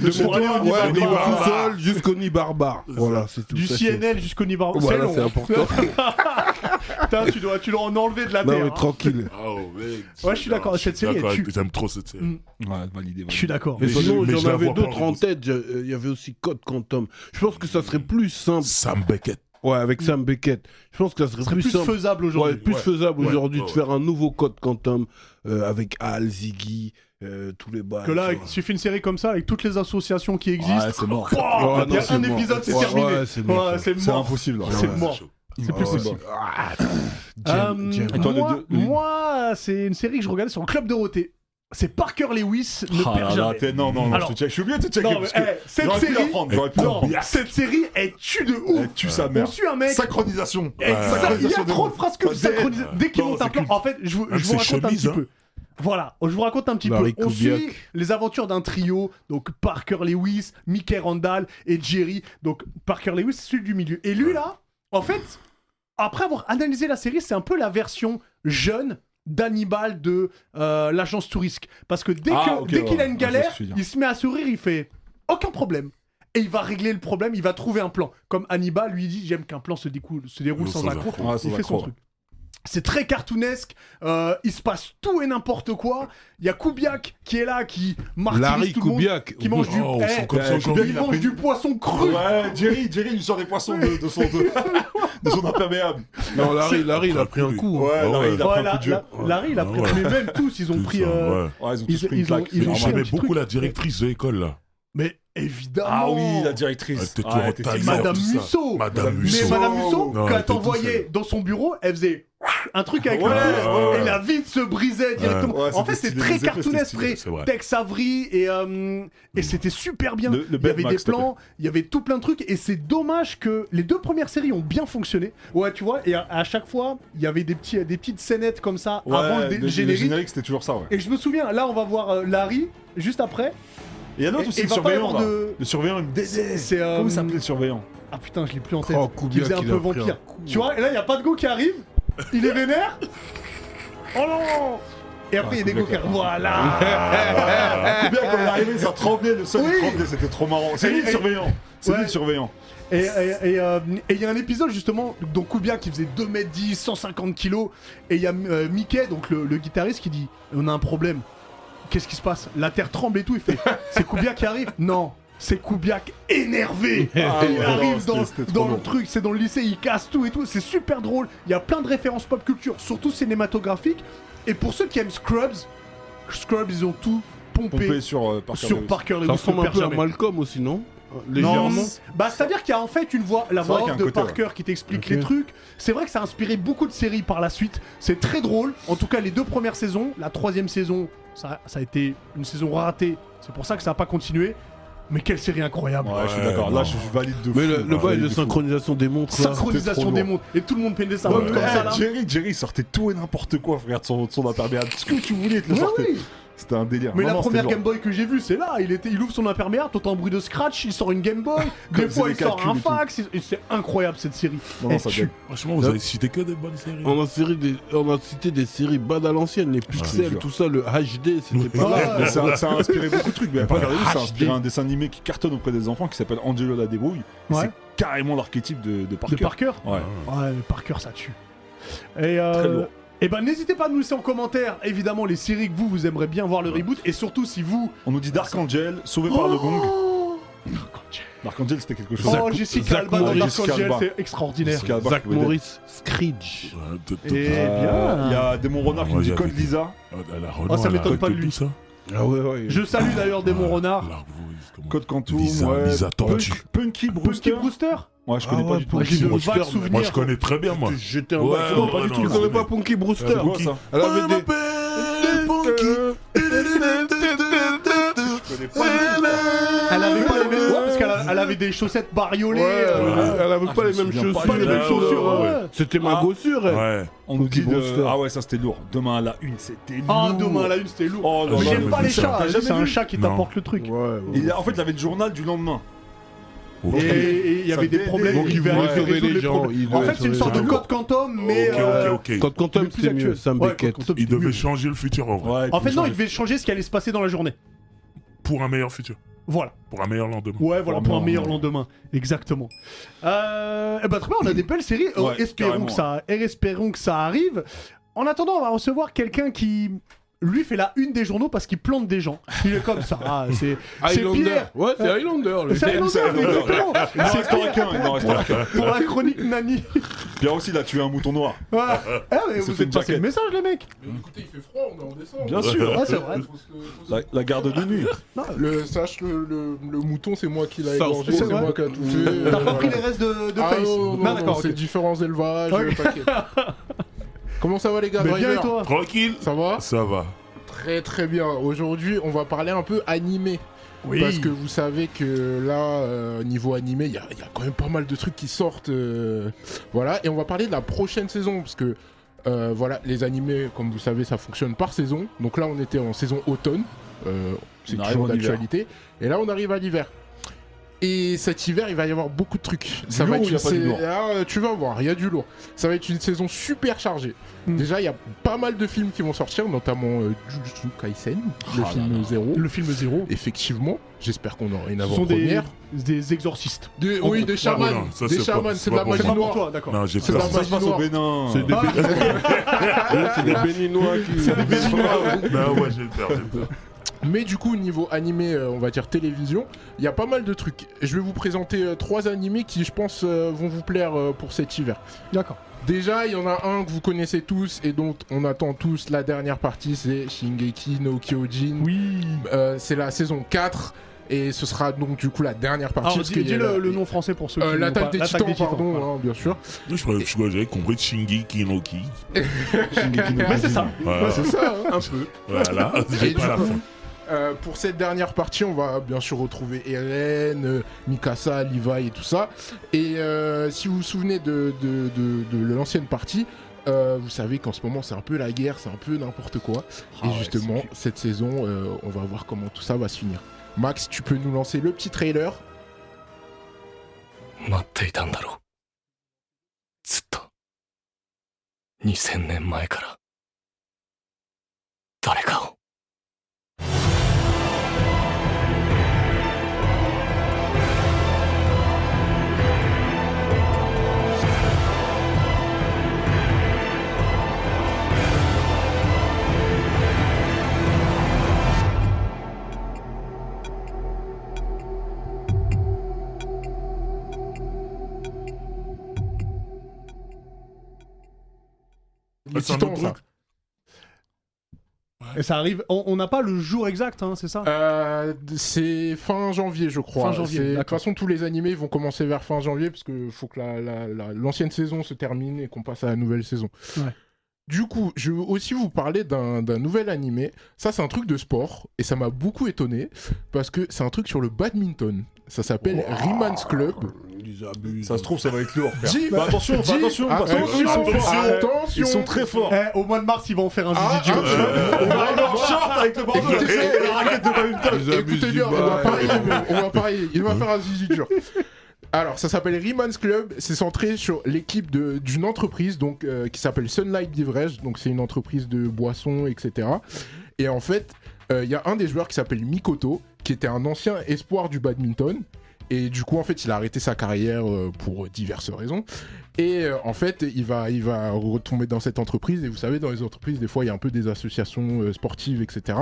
de
Pour
mon-
aller au
ouais,
Nid
de mon
Barbare.
sous-sol jusqu'au nid barbare. Voilà, c'est tout.
Du
ça, c'est-
CNL jusqu'au Nibar.
Voilà,
c'est
c'est
long.
important.
Putain, tu dois, tu dois en enlever de la
non,
terre.
mais
hein.
tranquille.
Ah,
Oh, mec.
Ouais, je suis d'accord, cette série, elle
d'accord,
tue.
J'aime trop cette série.
Mm.
Ouais, validé, validé.
Je suis d'accord.
Mais
Mais je-
sinon,
mais je
j'en
la
avais
vois pas
d'autres
en
en
reboot.
tête. je- euh, Il y avait aussi Code Quantum. Je pense que ça serait plus simple.
Sam Beckett.
Ouais, avec Sam Beckett. Je pense que ça serait,
Ce serait
plus,
plus
simple.
faisable
Ouais,
aujourd'hui.
plus
Ouais.
faisable
Ouais,
aujourd'hui
ouais,
de faire un nouveau code quantum euh, avec Al, Ziggy, euh, tous les bails.
Que là,
tu
il suffit une série comme ça avec toutes les associations qui existent.
Ouais, c'est mort.
Pouah,
Ouais,
il y
non,
a
c'est
un
mort.
épisode, c'est
Ouais,
terminé.
ouais, c'est mort,
Ouais,
ça.
c'est
C'est
mort.
impossible. ouais.
C'est
ouais,
mort. C'est
vois.
Oh,
plus
Ah,
possible.
ouais. Ah,
Euh,
Jen- Jen-
toi, le
moi,
deux- le-
moi, c'est une série que je regardais sur le Club Dorothée. c'est Parker Lewis ne
Ah
perd
là là,
jamais.
t'es- non, non, non,
Alors-
je te check. Je suis obligé de te checker.
Non, mais,
parce que
eh, cette
j'aurais pu
série- Eh,
la prendre, j'aurais pu la
Non,
prendre.
cette série, elle tue de ouf.
Elle tue sa
On
mère.
suit un mec.
Synchronisation.
Et Eh, ça- Il y a
Synchronisation de
trop
ouf.
de phrases que
Ah,
synchronisées. Dès qu'il
Non,
monte un
c'est
plan,
culte.
en fait, je vous,
Même
je vous
ses
raconte un
chemises,
petit
hein.
peu. Voilà, je vous raconte un petit peu.
Larry
On suit
Kubiak.
les aventures d'un trio, donc Parker Lewis, Mickey Randall et Jerry. Donc Parker Lewis, c'est celui du milieu. Et lui là, en fait, après avoir analysé la série, c'est un peu la version jeune d'Hannibal de euh, l'agence Tourisque. Parce que dès
Ah,
que-
ok,
dès qu'il a
ouais,
une
je vois ce
galère,
que tu veux dire.
il se met à sourire, il fait aucun problème. Et il va régler le problème, il va trouver un plan. Comme Hannibal lui dit, j'aime qu'un plan se, découle, se déroule
Non,
sans
sans
accroc.
accroc.
Ah,
Il
sans
fait son
accroc.
truc. C'est très cartoonesque, euh, il se passe tout et n'importe quoi. Il y a Kubiak qui est là, qui martyrise
Larry
tout le monde,
Kubiak.
qui mange du,
Oh,
Eh,
ils sont comme ça
eh, Kubiak,
aujourd'hui.
il
il a
mange
pris-
du poisson cru.
Ouais, Jerry, Jerry lui sort des poissons de, de son, de, de son imperméable.
Non, Larry, Larry, il a pris un coup.
Ouais,
Ah
hein. non,
ouais.
il a pris
Ouais,
un
la-
coup de jeu.
la- Larry, il a
Ah
pris.
ouais.
Mais même tous, ils ont
Tout
pris.
ça,
euh,
ouais.
Ouais, ils ont
Ils-
tous pris
ils
une claque.
ont- ils
c'est
ont
normal.
un
J'aimais
petit
beaucoup
truc.
la directrice de l'école là.
Mais évidemment.
Ah oui, la
Elle
directrice.
était toujours
Ah,
en
elle était
tailleur,
bizarre.
Madame
tout ça.
Musso.
Madame
Oh, Mais
Mais
Musso.
Madame Musso,
Non,
quand
elle
elle
était
t'envoyait
toute
dans son bureau, elle faisait un truc avec
Ouais,
le pouce,
ouais, ouais.
et la vie se brisait directement.
Ouais, ouais,
en fait,
c'était
c'est
stylé,
très
les effets,
cartoonesque,
c'était stylé,
très
c'est vrai.
Tex Avery, et, euh, et c'était super bien.
Mm. Le- le
il y avait
Betmax,
des
s'il te
plans, il y avait tout plein de trucs, et c'est dommage que les deux premières séries ont bien fonctionné. Ouais, tu vois, et à, à chaque fois, il y avait des, petits, des petites scénettes comme ça
Ouais,
avant le, dé-
le-
le générique.
c'était toujours ça, ouais.
Et je me souviens, là, on va voir euh, Larry juste après.
Et il y a
Et-
l'autre aussi,
et
le
va pas y
surveillant.
avoir
là.
de-
Le surveillant, il me déteste.
C'est, euh,
Comment il s'appelait le surveillant
Ah putain, je l'ai plus en tête.
Oh,
qui
Kubiak,
faisait un
il
peu
a pris
vampire.
un coup.
Tu vois, et là, il y a pas de go qui arrive. Il est vénère. Oh non Et après, il y a des go qui arrivent. Voilà
Ah, Combien quand il est arrivé, ça tremblait, le sol
Oui.
il tremblait, c'était trop marrant. C'est lui le
Et-
surveillant. C'est
Ouais.
lui le surveillant.
Et et- et, euh, et il y a un épisode justement, donc Kubiak qui faisait 2m10, 150 kg, et il y a euh, Mickey, donc le, le guitariste, qui dit On a un problème. Qu'est-ce qui se passe La terre tremble et tout. Il fait C'est Kubiak qui arrive Non, c'est Kubiak énervé
Ah
Il
ouais, non,
arrive
c'était-
dans,
c'était
dans
trop
le
bon.
truc, c'est dans le lycée, il casse tout et tout. C'est super drôle. Il y a plein de références pop culture, surtout cinématographiques. Et pour ceux qui aiment Scrubs, Scrubs, ils ont tout pompé,
Pompé sur euh, Parker
sur
Lewis.
Parker Lewis.
Ça
ne
ressemble un
perd
peu à
jamais.
Malcolm aussi, non
Non,
Légèrement.
bah c'est à dire qu'il y a en fait une voix, la
C'est
voix
vrai qu'il y
off
a un
de
côté, ouais.
Parker qui t'explique
Ok.
les trucs. C'est vrai que ça a inspiré beaucoup de séries par la suite. C'est très drôle. En tout cas, les deux premières saisons, la troisième saison, ça, ça a été une saison ratée. C'est pour ça que ça n'a pas continué. Mais quelle série incroyable!
Ouais, je suis
Ouais,
d'accord.
non.
Là, je suis valide de fou.
Mais le, le
Ouais,
bail
valide
de
fou.
synchronisation des montres, là.
c'était
Synchronisation
trop
des
lourd.
montres et tout le monde pendait sa
Ouais,
montre comme
ouais,
ça là.
Eh, Jerry, Jerry sortait tout et n'importe quoi, frère, de son, de son imperméable. Ce que tu voulais, il te le
Ouais,
sortait.
oui.
C'était un délire.
Mais
Non,
la
non, c'était
première
lourd.
Game Boy que j'ai vue, c'est là. Il, était, il ouvre son imperméable, t'entends un bruit de scratch, il sort une Game Boy. des
il faisait
fois, il
des
sort
calculs
un
et tout.
fax. et- et C'est incroyable cette série.
Non, non,
Elle
ça
tue.
tue.
Franchement, vous avez cité que des bonnes séries.
On a, série des- on a cité des séries bad à l'ancienne, les
je te
pixels,
jure.
tout ça, le HD, c'était pas
Ouais.
là.
Mais ça, ça a inspiré beaucoup de trucs. Mais
pas
après,
de
ça a
HD.
inspiré un dessin animé qui cartonne auprès des enfants qui s'appelle Angelo la débrouille. Et
Ouais.
C'est carrément l'archétype de, de Parker.
De Parker
Ouais.
Ouais, mais par cœur, ça tue. Et, euh,
Très lourd.
eh ben, n'hésitez pas à nous laisser en commentaire, évidemment, les séries que vous, vous aimeriez bien voir le reboot. Et surtout, si vous.
On nous dit Dark Angel, sauvé par le gong. Dark Angel, c'était quelque chose.
Oh, Jessica
Zach
Alba dans
Morris,
Dark
Jessica
Angel,
Alba.
c'est extraordinaire.
Jessica Alba,
Zach
qui veut dire-
Morris, Screech.
Ouais, t- t-
Et-
t-
Eh
Euh,
bien.
Il y a Démon Renard qui
Ouais,
nous dit
j'ai
Code
arrêté.
Lisa.
Ah, la
Oh,
Renault,
ça
elle
m'étonne
arrête
pas de
tout
lui. Ah.
ça.
Ah ouais, ouais.
Je salue d'ailleurs Démon
Ouais,
Renard.
Lark Voorhees, comment-
Code Quantum.
Lisa,
ouais.
Lisa Tortue.
Punk- Punky
Punky
Brewster.
Brewster
Ouais, je connais
Ah
pas
ouais,
du tout.
Moi,
Punky
J'ai de
Brewster,
vagues
moi,
souvenirs.
Moi, je connais très bien, moi.
J'étais un
Ouais,
bac- non,
ouais,
pas
non, je
du tout. Tu connais
connais.
pas Punky Brewster
quoi, ça
Elle
Ah,
avait
ma
des.
belle
Je
Punky.
connais pas du tout.
Elle avait pas les mêmes. parce qu'elle a- elle avait des chaussettes bariolées. euh,
Ouais, Elle avait
Ah,
pas
je
les
me
mêmes
souviens
chaussures.
pas
Pas les
Ouais,
mêmes
ouais,
chaussures. hein.
ouais,
ouais.
C'était ma gossure, hein. elle.
Ouais.
On nous
Cookie
dit de...
Monster.
Ah ouais, ça c'était lourd. Demain à la une, c'était lourd.
Ah, demain, la une, c'était lourd.
Oh là
Mais
là,
j'aime
mais
pas les
putain,
chats.
t'as jamais
C'est un
vu
chat qui
Non.
t'apporte le truc.
Ouais, ouais.
Il a- En fait, il avait le journal du lendemain.
Et- Et il y
Ça
avait des
dé-
problèmes.
Donc,
il
il
devait
voulait
résoudre
sauver les gens,
problèmes.
il
En
devait
fait, c'est une
sauver
sorte de
les gens.
code quantum, mais.
Ok,
euh,
ok, ok.
Quand Quantum,
mais plus
c'est
actuel.
mieux, Sam
Ouais,
Beckett.
Quantum, c'était
Il devait
mieux.
changer le futur, en vrai.
Ouais,
En fait, non, il
il
devait changer ce qui allait se passer dans la journée.
Pour un meilleur futur.
Voilà.
Pour un meilleur lendemain.
Ouais, voilà,
Oh,
pour un
non,
meilleur
non.
lendemain. Exactement. Euh, eh ben, très bien, on a des belles séries. Euh,
Ouais,
espérons,
carrément,
que ça, et espérons que ça arrive. En attendant, on va recevoir quelqu'un qui. Lui fait la une des journaux parce qu'il plante des gens. Il est comme ça. Ah, c'est c'est
Highlander.
Pierre.
Ouais, c'est Highlander. le
C'est
film.
Highlander,
Highlander.
exactement.
en
C'est
restera
Pierre
qu'un, Ah, il en restera qu'un.
pour la chronique Nani.
Pierre aussi, il a tué un mouton noir.
Ouais. Ah, mais
Il se
vous
fait
êtes
une
passé le
jaquette.
message, les mecs.
Écoutez, il fait froid, on est en décembre.
Bien sûr.
Ah, c'est vrai.
La, la garde de nuit.
Le, sache, le, le, le mouton, c'est moi qui l'ai
Ça,
égorgé,
c'est
c'est
vrai.
moi qui a tout fait. euh,
T'as pas
voilà.
pris les restes de, de
ah,
Face
non, non, non,
d'accord.
c'est
ok.
différents élevages,
Ok.
euh, t'inquiète. Comment ça va les gars
Mais bien
Driver
et toi
Tranquille.
Ça va
Ça va.
très très bien. Aujourd'hui, on va parler un peu animé.
Oui.
Parce que vous savez que là, euh, niveau animé, il y, a- il y a quand même pas mal de trucs qui sortent. euh, voilà, et on va parler de la prochaine saison, parce que euh, voilà, les animés, comme vous savez, ça fonctionne par saison. Donc là, on était en saison automne. Euh, c'est
On arrive
toujours
en hiver.
d'actualité. Et là, on arrive à l'hiver. Et cet hiver, il va y avoir beaucoup de trucs.
Du lourd ou il y a pas du
sais-
lourd
Ah, euh, tu vas voir, il y a du lourd. Ça va être une saison super chargée.
Mm.
Déjà, il y a pas mal de films qui vont sortir, notamment euh, Jujutsu Kaisen, le
Ah
film
là là.
Zéro.
Le film Zéro.
Effectivement, j'espère qu'on aura une
Ce sont des,
avant-première.
des exorcistes.
Des- Oui, des chamans.
Ah, non, ça,
des
c'est pas-
chamans,
c'est
c'est
pas
de la
pour
magie
C'est pas
moi.
pour
noire.
toi, d'accord.
Non, j'ai
C'est
peur.
la
Ça se passe au
Noir.
Bénin.
C'est des,
Ah.
Bé- Là, c'est des
Ah,
Béninois qui.
Non, ouais, j'ai peur, j'ai peur.
Mais du coup, niveau animé, euh, on va dire télévision, il y a pas mal de trucs. Et je vais vous présenter euh, trois animés qui, je pense, euh, vont vous plaire euh, pour cet hiver.
D'accord.
Déjà, il y en a un que vous connaissez tous et dont on attend tous la dernière partie, c'est Shingeki no Kyojin.
Oui.
Euh, c'est la saison 4 et ce sera donc du coup la dernière partie.
Alors,
parce
dis,
qu'il y a
dis le,
la-
le nom français pour ceux
Euh,
qui n'ont
l'attaque
pas-
des,
l'attaque
titans, pardon,
voilà.
hein, bien sûr.
Je crois- je crois que j'avais compris Chingy Kinoki.
Bah, c'est ça.
Voilà,
C'est ça, hein, un peu.
voilà.
Et
j'ai
du
pas la
coup,
fin.
Euh, pour cette dernière partie, on va bien sûr retrouver Eren, euh, Mikasa, Levi et tout ça. Et euh, si vous vous souvenez de, de- de- de l'ancienne partie, euh, vous savez qu'en ce moment c'est un peu la guerre, c'est un peu n'importe quoi.
Ah
et
ouais,
justement,
c'est
cette saison, euh, on va voir comment tout ça va se finir. Max, tu peux nous lancer le petit trailer
待っていたんだろう。ずっと。2000年前から。誰かを。
Les
Ah, c'est un
titans,
autre
ça.
truc.
Et ça arrive. on- On n'a pas le jour exact, hein, c'est ça
Euh, c'est fin janvier, je crois.
Fin janvier,
C'est- De toute
d'accord.
façon, tous les animés vont commencer vers fin janvier parce que faut que la- la- la- l'ancienne saison se termine et qu'on passe à la nouvelle saison.
Ouais.
Du coup, je veux aussi vous parler d'un d'un nouvel animé. Ça, c'est un truc de sport et ça m'a beaucoup étonné parce que c'est un truc sur le badminton. Ça s'appelle Riemanns Club.
Ils abusent.
Ça se trouve, ça va être lourd, frère.
Dis-
Fais attention, fais
Bah, dis-
Bah, attention, parce que-
Ah, attention, attention.
Ils sont très forts.
Eh, au mois de mars, ils vont en faire un
Ah,
zizi
ah, euh,
On
on
va
va
arriver en short avec le bandeau,
Écoutez,
tu sais, les raquettes de badminton.
Ils abusent
Écoutez
du
bien, on va
bal.
parier, mais on va parier. Il va faire un zizi dur. Alors, ça s'appelle Riemanns Club. C'est centré sur l'équipe de- d'une entreprise donc, euh, qui s'appelle Sunlight Beverage. Donc, c'est une entreprise de boissons, etc. Et en fait, euh, il y a un des joueurs qui s'appelle Mikoto, qui était un ancien espoir du badminton. Et du coup, en fait, il a arrêté sa carrière euh, pour diverses raisons. Et euh, en fait, il va, il va retomber dans cette entreprise. Et vous savez, dans les entreprises, des fois, il y a un peu des associations euh, sportives, etc.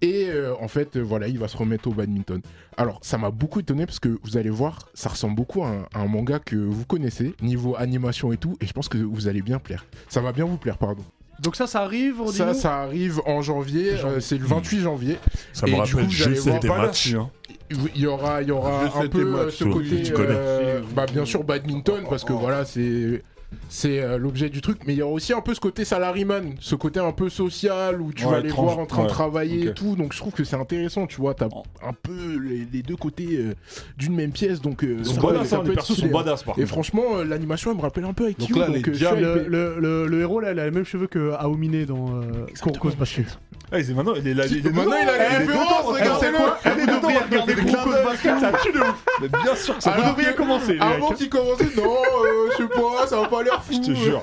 Et euh, en fait, euh, voilà, il va se remettre au badminton. Alors, ça m'a beaucoup étonné parce que vous allez voir, ça ressemble beaucoup à un, à un manga que vous connaissez, niveau animation et tout. Et je pense que vous allez bien plaire. Ça va bien vous plaire, pardon.
ah. Donc ça, ça arrive, on dit
Ça, ça arrive en janvier. euh, c'est le 28 janvier.
Ça
Et
me
du
rappelle
coup, j'allais
juste
voir
tes
pas
matchs.
Il y aura, il y aura
Je
un
sais
peu
tes
euh,
matchs,
ce
toi,
côté,
tu connais.
euh, bah, bien sûr badminton parce que voilà c'est c'est euh, l'objet du truc, mais il y aura aussi un peu ce côté salaryman, ce côté un peu social où tu
Ouais,
vas les
trans-
voir en train
ouais,
de travailler et
ok.
tout, donc je trouve que c'est intéressant, tu vois, t'as un peu les, les deux côtés euh, d'une même pièce, donc euh,
Ils
ça
sont
peut-
badass,
ça
hein,
peut
les
être
persos sont
stylé, hein.
badass, par
Et
contre.
franchement, euh, l'animation elle me rappelle un peu avec
Donc
you,
là,
donc
les
euh, je suis
diables,
hypé.
le, le, le, le héros, là, il a les mêmes cheveux que Aomine dans euh,
Exactement.
Cause Basket.
Ah, il est maintenant, il est là. il est
Maintenant, il
dedans,
a la
il est
référence,
dedans,
regardez-le.
regardez-le.
Elle est devrait regarder Cause Basket, ça tue de ouf.
Mais bien sûr que ça
Alors
Vous devriez
que-
commencer, les mecs.
Avant qu'il commence, non, euh, je sais pas, ça va pas l'air fou.
Je te jure.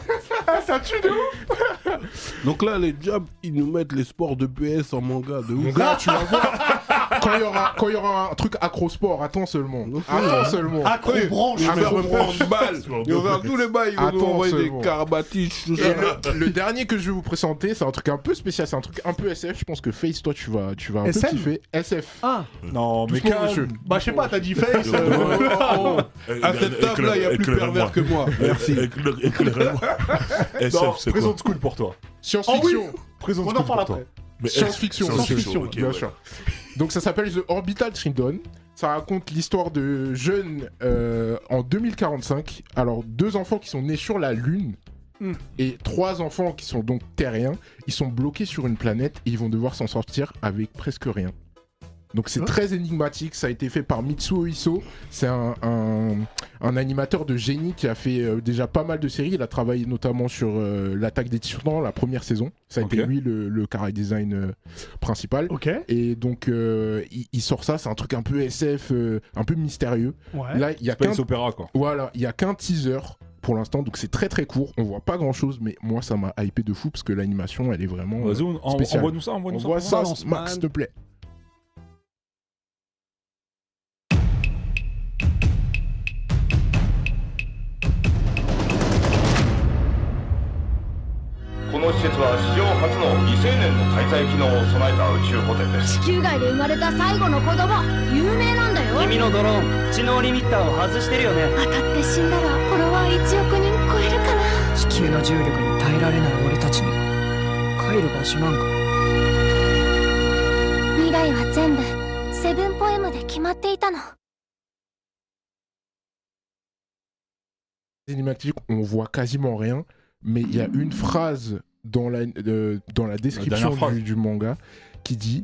Ça tue de ouf.
Donc là, les diables, ils nous mettent les sports de PS en manga de
Mon
ouf.
gars, tu vas voir. Quand il y aura, quand il y aura un truc accro-sport, attends seulement. Attends seulement.
ah, Accrobranche.
Ils vont
Accro-
me prendre balle. Ils vont faire tous les bails. Ils vont nous
Attends, c'est
envoyer
bon.
des carabatiches. tout
Et
ça.
le, le dernier que je vais vous présenter, c'est un truc un peu spécial, c'est un truc un peu SF. Je pense que Face, toi, tu vas, tu vas un
SF?
peu kiffer. SF.
Ah,
Non, mais
Doucement,
calme.
monsieur.
bah je sais pas, t'as dit face.
Oh,
euh,
oh, oh.
Euh,
À cette
éclaire-
table-là, il y a plus
éclaire-moi. Euh,
pervers que moi. Merci.
Éclaire- Éclaire-moi.
Non,
SF, c'est quoi
Prison School pour toi.
Science-fiction.
Prison
On
School
en parle
pour toi.
après.
Mais-
Science-fiction,
science-fiction,
ok,
bien
ouais.
sûr. Donc ça s'appelle The Orbital Tridon. Ça raconte l'histoire de jeunes euh, en 2045. Alors deux enfants qui sont nés sur la Lune
Mm.
Et trois enfants qui sont donc terriens, ils sont bloqués sur une planète et ils vont devoir s'en sortir avec presque rien. Donc c'est
Ouais.
très énigmatique, ça a été fait par Mitsuo Hiso, c'est un, un- un animateur de génie qui a fait euh, déjà pas mal de séries, il a travaillé notamment sur euh, l'attaque des titans, la première saison, ça a été
Ok.
lui le, le carré design euh, principal.
Ok.
Et donc euh, il, il sort ça, c'est un truc un peu SF, euh, un peu mystérieux.
Ouais.
Là, il y a qu'un
Space Opera, quoi.
voilà, il y a qu'un teaser pour l'instant, donc c'est très très court, on voit pas grand chose, mais moi ça m'a hypé de fou parce que l'animation elle est vraiment. euh,
Vas-y, on- en-
spécial.
envoie-nous ça, envoie-nous
on
ça.
voit ça,
balance,
Max, s'il te plaît.
Eh, 地球の重力に耐えられない俺たちに帰る場所なんか
未来は全部セブンポエムで決まっていたの
cinématique, on voit quasiment rien, mais il y a une phrase dans la, euh, dans la description
dernière phrase.
du, du manga qui dit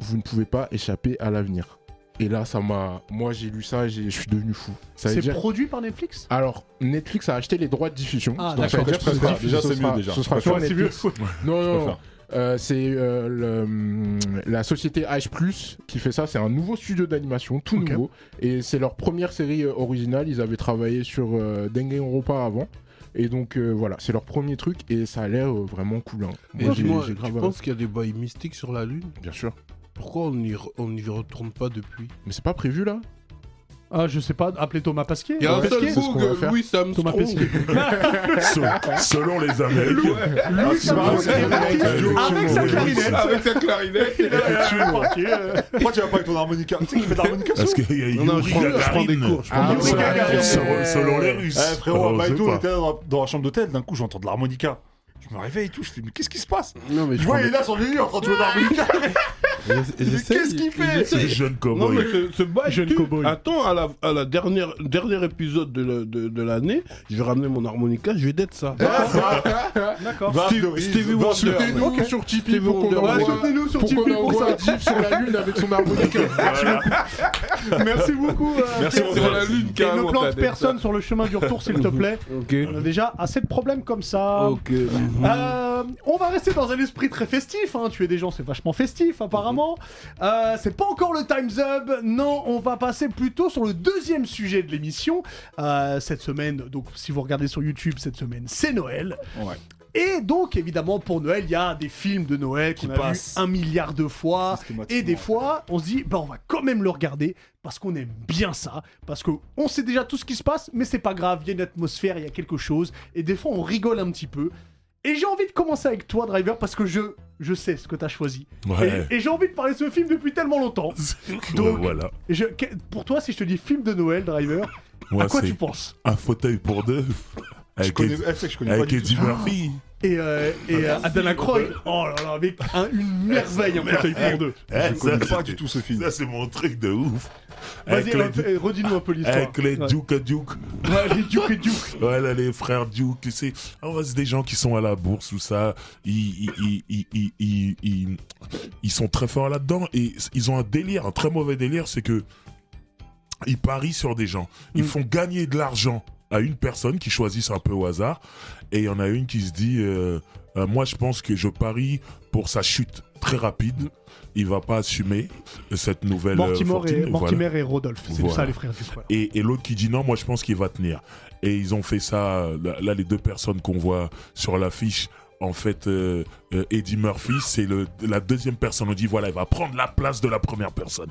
Vous ne pouvez pas échapper à l'avenir. Et là, ça m'a. Moi, j'ai lu ça et j'ai- je suis devenu fou. Ça veut
C'est
dire.
produit par Netflix
Alors, Netflix a acheté les droits de diffusion.
Ah,
Donc, ça
d'accord.
veut dire que ce
Déjà,
sera-
déjà,
ce
c'est
sera-
mieux, déjà.
Ce sera
Je
sur
préfère.
Netflix. Non,
Je
non, non.
préfère.
Euh, c'est euh, le, hum, la société H+, qui fait ça. C'est un nouveau studio d'animation, tout
Ok.
nouveau. Et c'est leur première série euh, originale. Ils avaient travaillé sur euh, Danganronpa avant. Et donc, euh, voilà, c'est leur premier truc. Et ça a l'air euh, vraiment cool. hein.
Et
Moi, j'ai
dis-moi,
j'ai
tu
grave...
penses qu'il y a des bails mystiques sur la Lune
Bien sûr.
Pourquoi on n'y re- on n'y retourne pas depuis
Mais c'est pas prévu, là
Ah, je sais pas, appelez Thomas Pasquier.
Il y a un
Thomas
seul
Pasquier.
c'est ce qu'on va faire.
bug, Louis
Thomas Pesquet.
Armstrong.
Se- selon les Américains.
Ah,
Louis
c'est marrant,
Armstrong
c'est
est parti
vrai.
avec sa
Ouais.
clarinette.
Avec sa clarinette
Il est parti, euh,
Pourquoi tu vas pas avec ton harmonica Tu sais qu'il fait de l'harmonica
Parce que y a
Non, non,
Yuri
je prends- je prends des
Gagarin.
cours. je prends
Ah,
des
oui,
cours.
Gagarin.
Selon- Selon les Russes. Ah,
Eh frérot,
Alors,
à
je sais
Bagdou, on
pas.
était là dans la, dans la chambre d'hôtel, d'un coup j'entends de l'harmonica. Je me réveille et tout, je dis mais qu'est-ce qui se passe
Non, mais
Je
je
vois
prends
il est là sur le lit en train de jouer de l'harmonica. Qu'est-ce qu'il fait
Ces jeunes
Non,
cowboys.
mais ce, ce bail
Jeune
tue.
cowboy.
Attends, à la, à la dernière, dernier épisode de, le- de, de l'année, je vais ramener mon harmonica, je vais d'être ça.
D'accord.
Va,
Steve-
Doris,
Stevie
va,
Wonder.
Doris.
Soutenez-nous sur Tipeee
Stevie
pour qu'on
Wonder.
envoie,
Ouais,
soutenez-nous sur
pour qu'on
Tipeee pour
envoie
ça.
Diff sur la lune avec son harmonica.
Merci beaucoup. euh,
Merci,
Pierre.
on
Sur la lune,
Et ne
carrément. t'as
plante
des-
personne sur le chemin du retour, s'il te plaît.
Ok.
On a déjà assez de problèmes comme ça.
Ok.
Euh, on va rester dans un esprit très festif. Hein. Tuer des gens, c'est vachement festif, apparemment. Euh, c'est pas encore le Time's Up. Non, on va passer plutôt sur le deuxième sujet de l'émission. Euh, cette semaine, donc, si vous regardez sur YouTube, cette semaine, c'est Noël.
Ouais.
Et donc, évidemment, pour Noël, il y a des films de Noël
Qui
qu'on a vus
passent.
un milliard de fois.
C'est ce qui m'a
Et des
tellement-
fois, on se dit, bah, on va quand même le regarder parce qu'on aime bien ça, parce qu'on sait déjà tout ce qui se passe, mais c'est pas grave, il y a une atmosphère, il y a quelque chose, et des fois, on rigole un petit peu. Et j'ai envie de commencer avec toi, Driver, parce que je, je sais ce que t'as choisi.
Ouais.
Et, et j'ai envie de parler de ce film depuis tellement longtemps.
Ouais,
Donc,
voilà.
Et je- que- pour toi, si je te dis film de Noël, Driver, à
Moi,
quoi
c'est
tu penses
un fauteuil pour deux.
Je
Avec
connais,
Ed-
elle sait que je connais pas
avec
du tout.
Eddie Murphy.
Et, euh, et euh, Adana Croy, oh là là, avec un- une merveille, un fauteuil pour deux.
Eh,
Je connais
ça,
pas
c'était-
du tout ce film.
Ça, c'est mon truc de ouf.
Vas-y,
Avec les, du-
euh, redis-nous un peu l'histoire.
avec les
Ouais.
Duke à Duke.
Ouais, les Duke et Duke.
Voilà, les frères Duke, tu sais. Ah ouais, c'est des gens qui sont à la bourse ou ça. Ils, ils, ils, ils, ils, ils- ils sont très forts là-dedans et ils ont un délire, un très mauvais délire, c'est que ils parient sur des gens. Ils
Mm.
font gagner de l'argent à une personne qui choisissent un peu au hasard et il y en a une qui se dit euh, Euh, moi je pense que je parie pour sa chute très rapide il va pas assumer cette nouvelle euh,
Mortimer, et,
fortune. Voilà.
Mortimer et Rodolphe, c'est
Voilà.
ça les frères Duke. voilà.
Et, et l'autre qui dit non, moi je pense qu'il va tenir. Et ils ont fait ça, euh, là, là, les deux personnes qu'on voit sur l'affiche, en fait, euh, euh, Eddie Murphy, c'est le- la deuxième personne. On dit voilà, il va prendre la place de la première personne.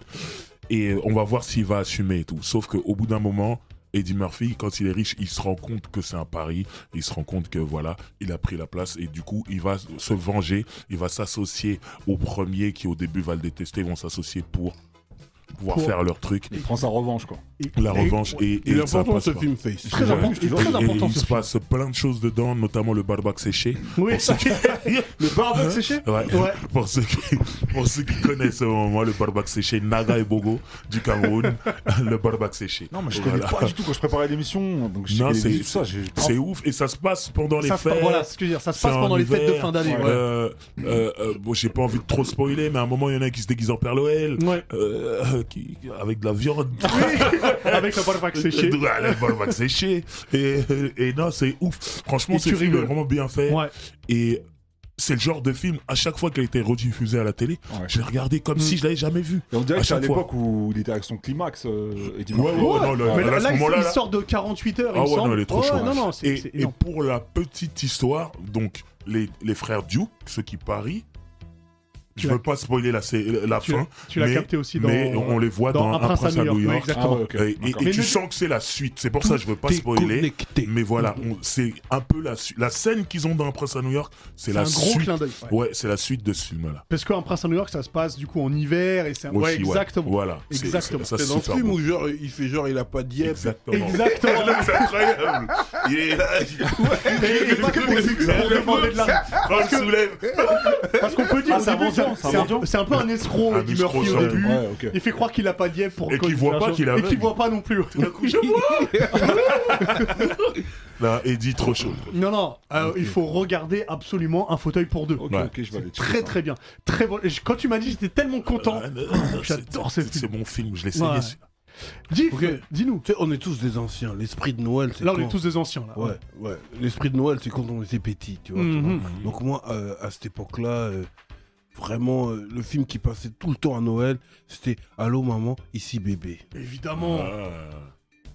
Et euh, on va voir s'il va assumer et tout. Sauf qu'au bout d'un moment, Eddie Murphy, quand il est riche, il se rend compte que c'est un pari. Il se rend compte que voilà, il a pris la place et du coup, il va se venger. Il va s'associer au premier qui au début va le détester. Ils vont s'associer pour pouvoir
Pour-
faire leur truc.
Il prend sa revanche, quoi.
La revanche et, et
Il est
ça
important
passe
ce
pas.
film Face.
Très
Ouais.
important, il est
Et-
très
et
important
il
ce
se
film.
passe plein de choses dedans, notamment le barbac séché.
Oui,
Pour ceux qui-
le barbecue
Hein
séché
Ouais.
Ouais.
Pour, ceux qui, pour ceux qui connaissent au moment le barbac séché, Naga et Bogo du Cameroun, le barbac séché.
Non, mais je
Voilà.
connais pas du tout quand je préparais l'émission. Donc je
Non,
checkais les
c'est-
news, tout ça. j'ai-
C'est ouf et ça se passe pendant les
Ça se passe-
fêtes.
Voilà, ce que je veux dire, ça se passe
C'est en
pendant les fêtes de
hiver.
fin d'année. ouais.
Euh, euh, euh, bon, j'ai pas envie de trop spoiler, mais à un moment, il y en a qui se déguisent en Père Noël,
Ouais.
euh, qui- avec de la viande.
Avec le barbecue Ah, séché.
Voilà, le barbac séché. Et, et non, c'est ouf. Franchement,
Et
c'est
tu rigoles.
vraiment bien fait.
Ouais.
Et c'est le genre de film, à chaque fois qu'il a été rediffusé à la télé,
Ouais.
je l'ai regardé comme si je l'avais jamais vu.
Et on dirait
À
que c'est à
chaque fois.
l'époque où il était avec son climax. euh, Eddie
Ouais,
Murphy.
ouais, non, le-
Mais
Ah, bah, là,
là,
à ce
là, il-
moment-là,
il
là-
sort de 48 heures, il
Ah
me
ouais,
semble.
non, il est trop
Ouais,
chaud.
Non, non, c'est
Et,
c'est
et
énorme.
pour la petite histoire, donc, les, les frères Duke, ceux qui parient,
Tu
je
l'as-
veux pas spoiler la, sé- la
Tu-
fin,
Tu l'as
mais-
capté aussi dans.
mais on les voit dans, Un Prince, à New
ouais,
York.
Ah
exactement.
ouais, ok.
Et- et-
d'accord.
et
Mais
tu
ne-
sens que c'est la suite. C'est pour ça que je veux pas
T'es
spoiler.
connecté.
Mais voilà, on- c'est un peu la suite. La scène qu'ils ont dans Un Prince à New York, c'est
C'est
la
un gros
suite.
clin d'œil. ouais.
Ouais, c'est la suite de ce film-là.
Parce qu'un prince à New York, ça se passe du coup en hiver et c'est un...
Aussi,
ouais, exactement.
Voilà. C'est- c'est-
Exactement.
ça,
C'est dans ce
super
film
beau.
où genre, il fait genre il a pas d'yep.
Exactement.
Exactement.
C'est incroyable. Il est là.
Et- et pas que pour- pour demander de la-
On le soulève.
Parce qu'on peut dire
Ah,
au
c'est un
début,
bon sens,
c'est
c'est un
un-
bon sens.
c'est un peu un escroc
Un
Eddie
escroc,
Murphy au
ça.
début.
Ouais, ok.
Il fait croire qu'il a pas de pour
Et
quand il
qu'il voit
fait
pas
un
qu'il est
show. Et qu'il
aveugle.
voit pas non plus.
Là, Eddie, trop chaud.
Non, non, euh, il faut regarder absolument un fauteuil pour deux.
Ok,
Ouais.
ok, je vais aller checker
Très
ça.
très bien. Très bon. Et je- Quand tu m'as dit, j'étais
Euh,
tellement content. Oh,
Ah, non, non,
J'adore
c'est-
ce film.
C'est mon film, je l'ai essayé.
Ouais. Dis, euh,
Ok.
dis-nous.
Tu sais, on est tous des anciens. L'esprit de Noël, c'est
Là, on
quand-
est tous des anciens là.
Ouais, ouais. L'esprit de Noël, c'est quand on était petit, tu vois. tu
Mhm.
vois. Donc moi, euh, à cette époque-là, euh, vraiment, euh, le film qui passait tout le temps à Noël, c'était Allô maman, ici bébé,
Évidemment.
Ah.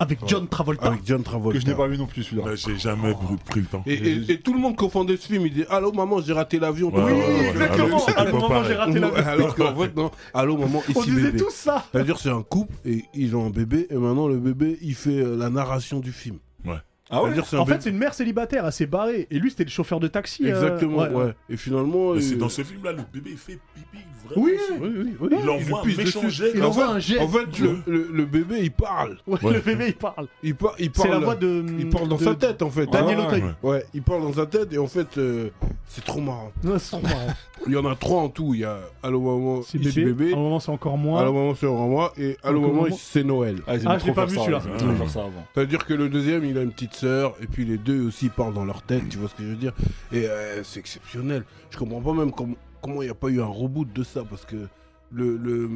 Avec John Travolta.
avec John Travolta.
Que je n'ai pas vu non plus celui-là.
Bah, J'ai jamais br- pris le temps.
Et, et- et tout le monde confondait ce film. Il dit Allô maman, j'ai raté l'avion.
Ouais,
Oui,
ouais, ouais,
Ah
alors que
exactement.
c'était
À le
pas
moment,
pareil.
j'ai raté la.
Alors qu'en fait, non. Allô maman,
On
ici
disait
bébé.
tous ça.
C'est-à-dire, c'est un couple et ils ont un bébé. Et maintenant, le bébé, il fait euh, la narration du film.
Ah ouais
C'est-à-dire, c'est un
En fait,
bébé-
c'est une mère célibataire, elle s'est barrée. Et lui, c'était le chauffeur de taxi. euh, Bah,
Exactement, ouais. Et finalement.
Mais
euh,
c'est dans ce film-là, le bébé il fait pipi. Vraiment,
Oui,
c'est-
Oui, oui, oui.
Il envoie un
pisse
méchant
dessus.
jet.
Il
comme
envoie
ça.
un jet.
En fait, le, le- le bébé, il parle.
Ouais,
Ouais.
Le bébé, il parle.
Il, par- il
C'est
parle.
la voix de.
Il parle dans
de-
sa tête, Ah. en fait.
Daniel
Ouais.
Auteuil.
ouais.
Ouais, il parle dans sa tête et en fait, euh, c'est trop marrant.
Non, c'est trop marrant.
Il y en a trois en tout. Il y a Allô Maman,
C'est
ici
bébé.
bébé.
À un moment, c'est encore
Allô
moins.
Maman, c'est vraiment moi. Et Allô
Allô,
Maman,
maman.
ici, c'est Noël.
Ah, ils aiment
Ah, je
trop
l'ai pas
faire
vu,
ça,
celui-là.
ils aiment trop
Ah.
faire ça avant.
C'est-à-dire que le deuxième, il a une petite sœur, et puis les deux aussi parlent dans leur tête, tu vois ce que je veux dire Et euh, c'est exceptionnel. Je comprends pas même com- comment il n'y a pas eu un reboot de ça, parce que le, le,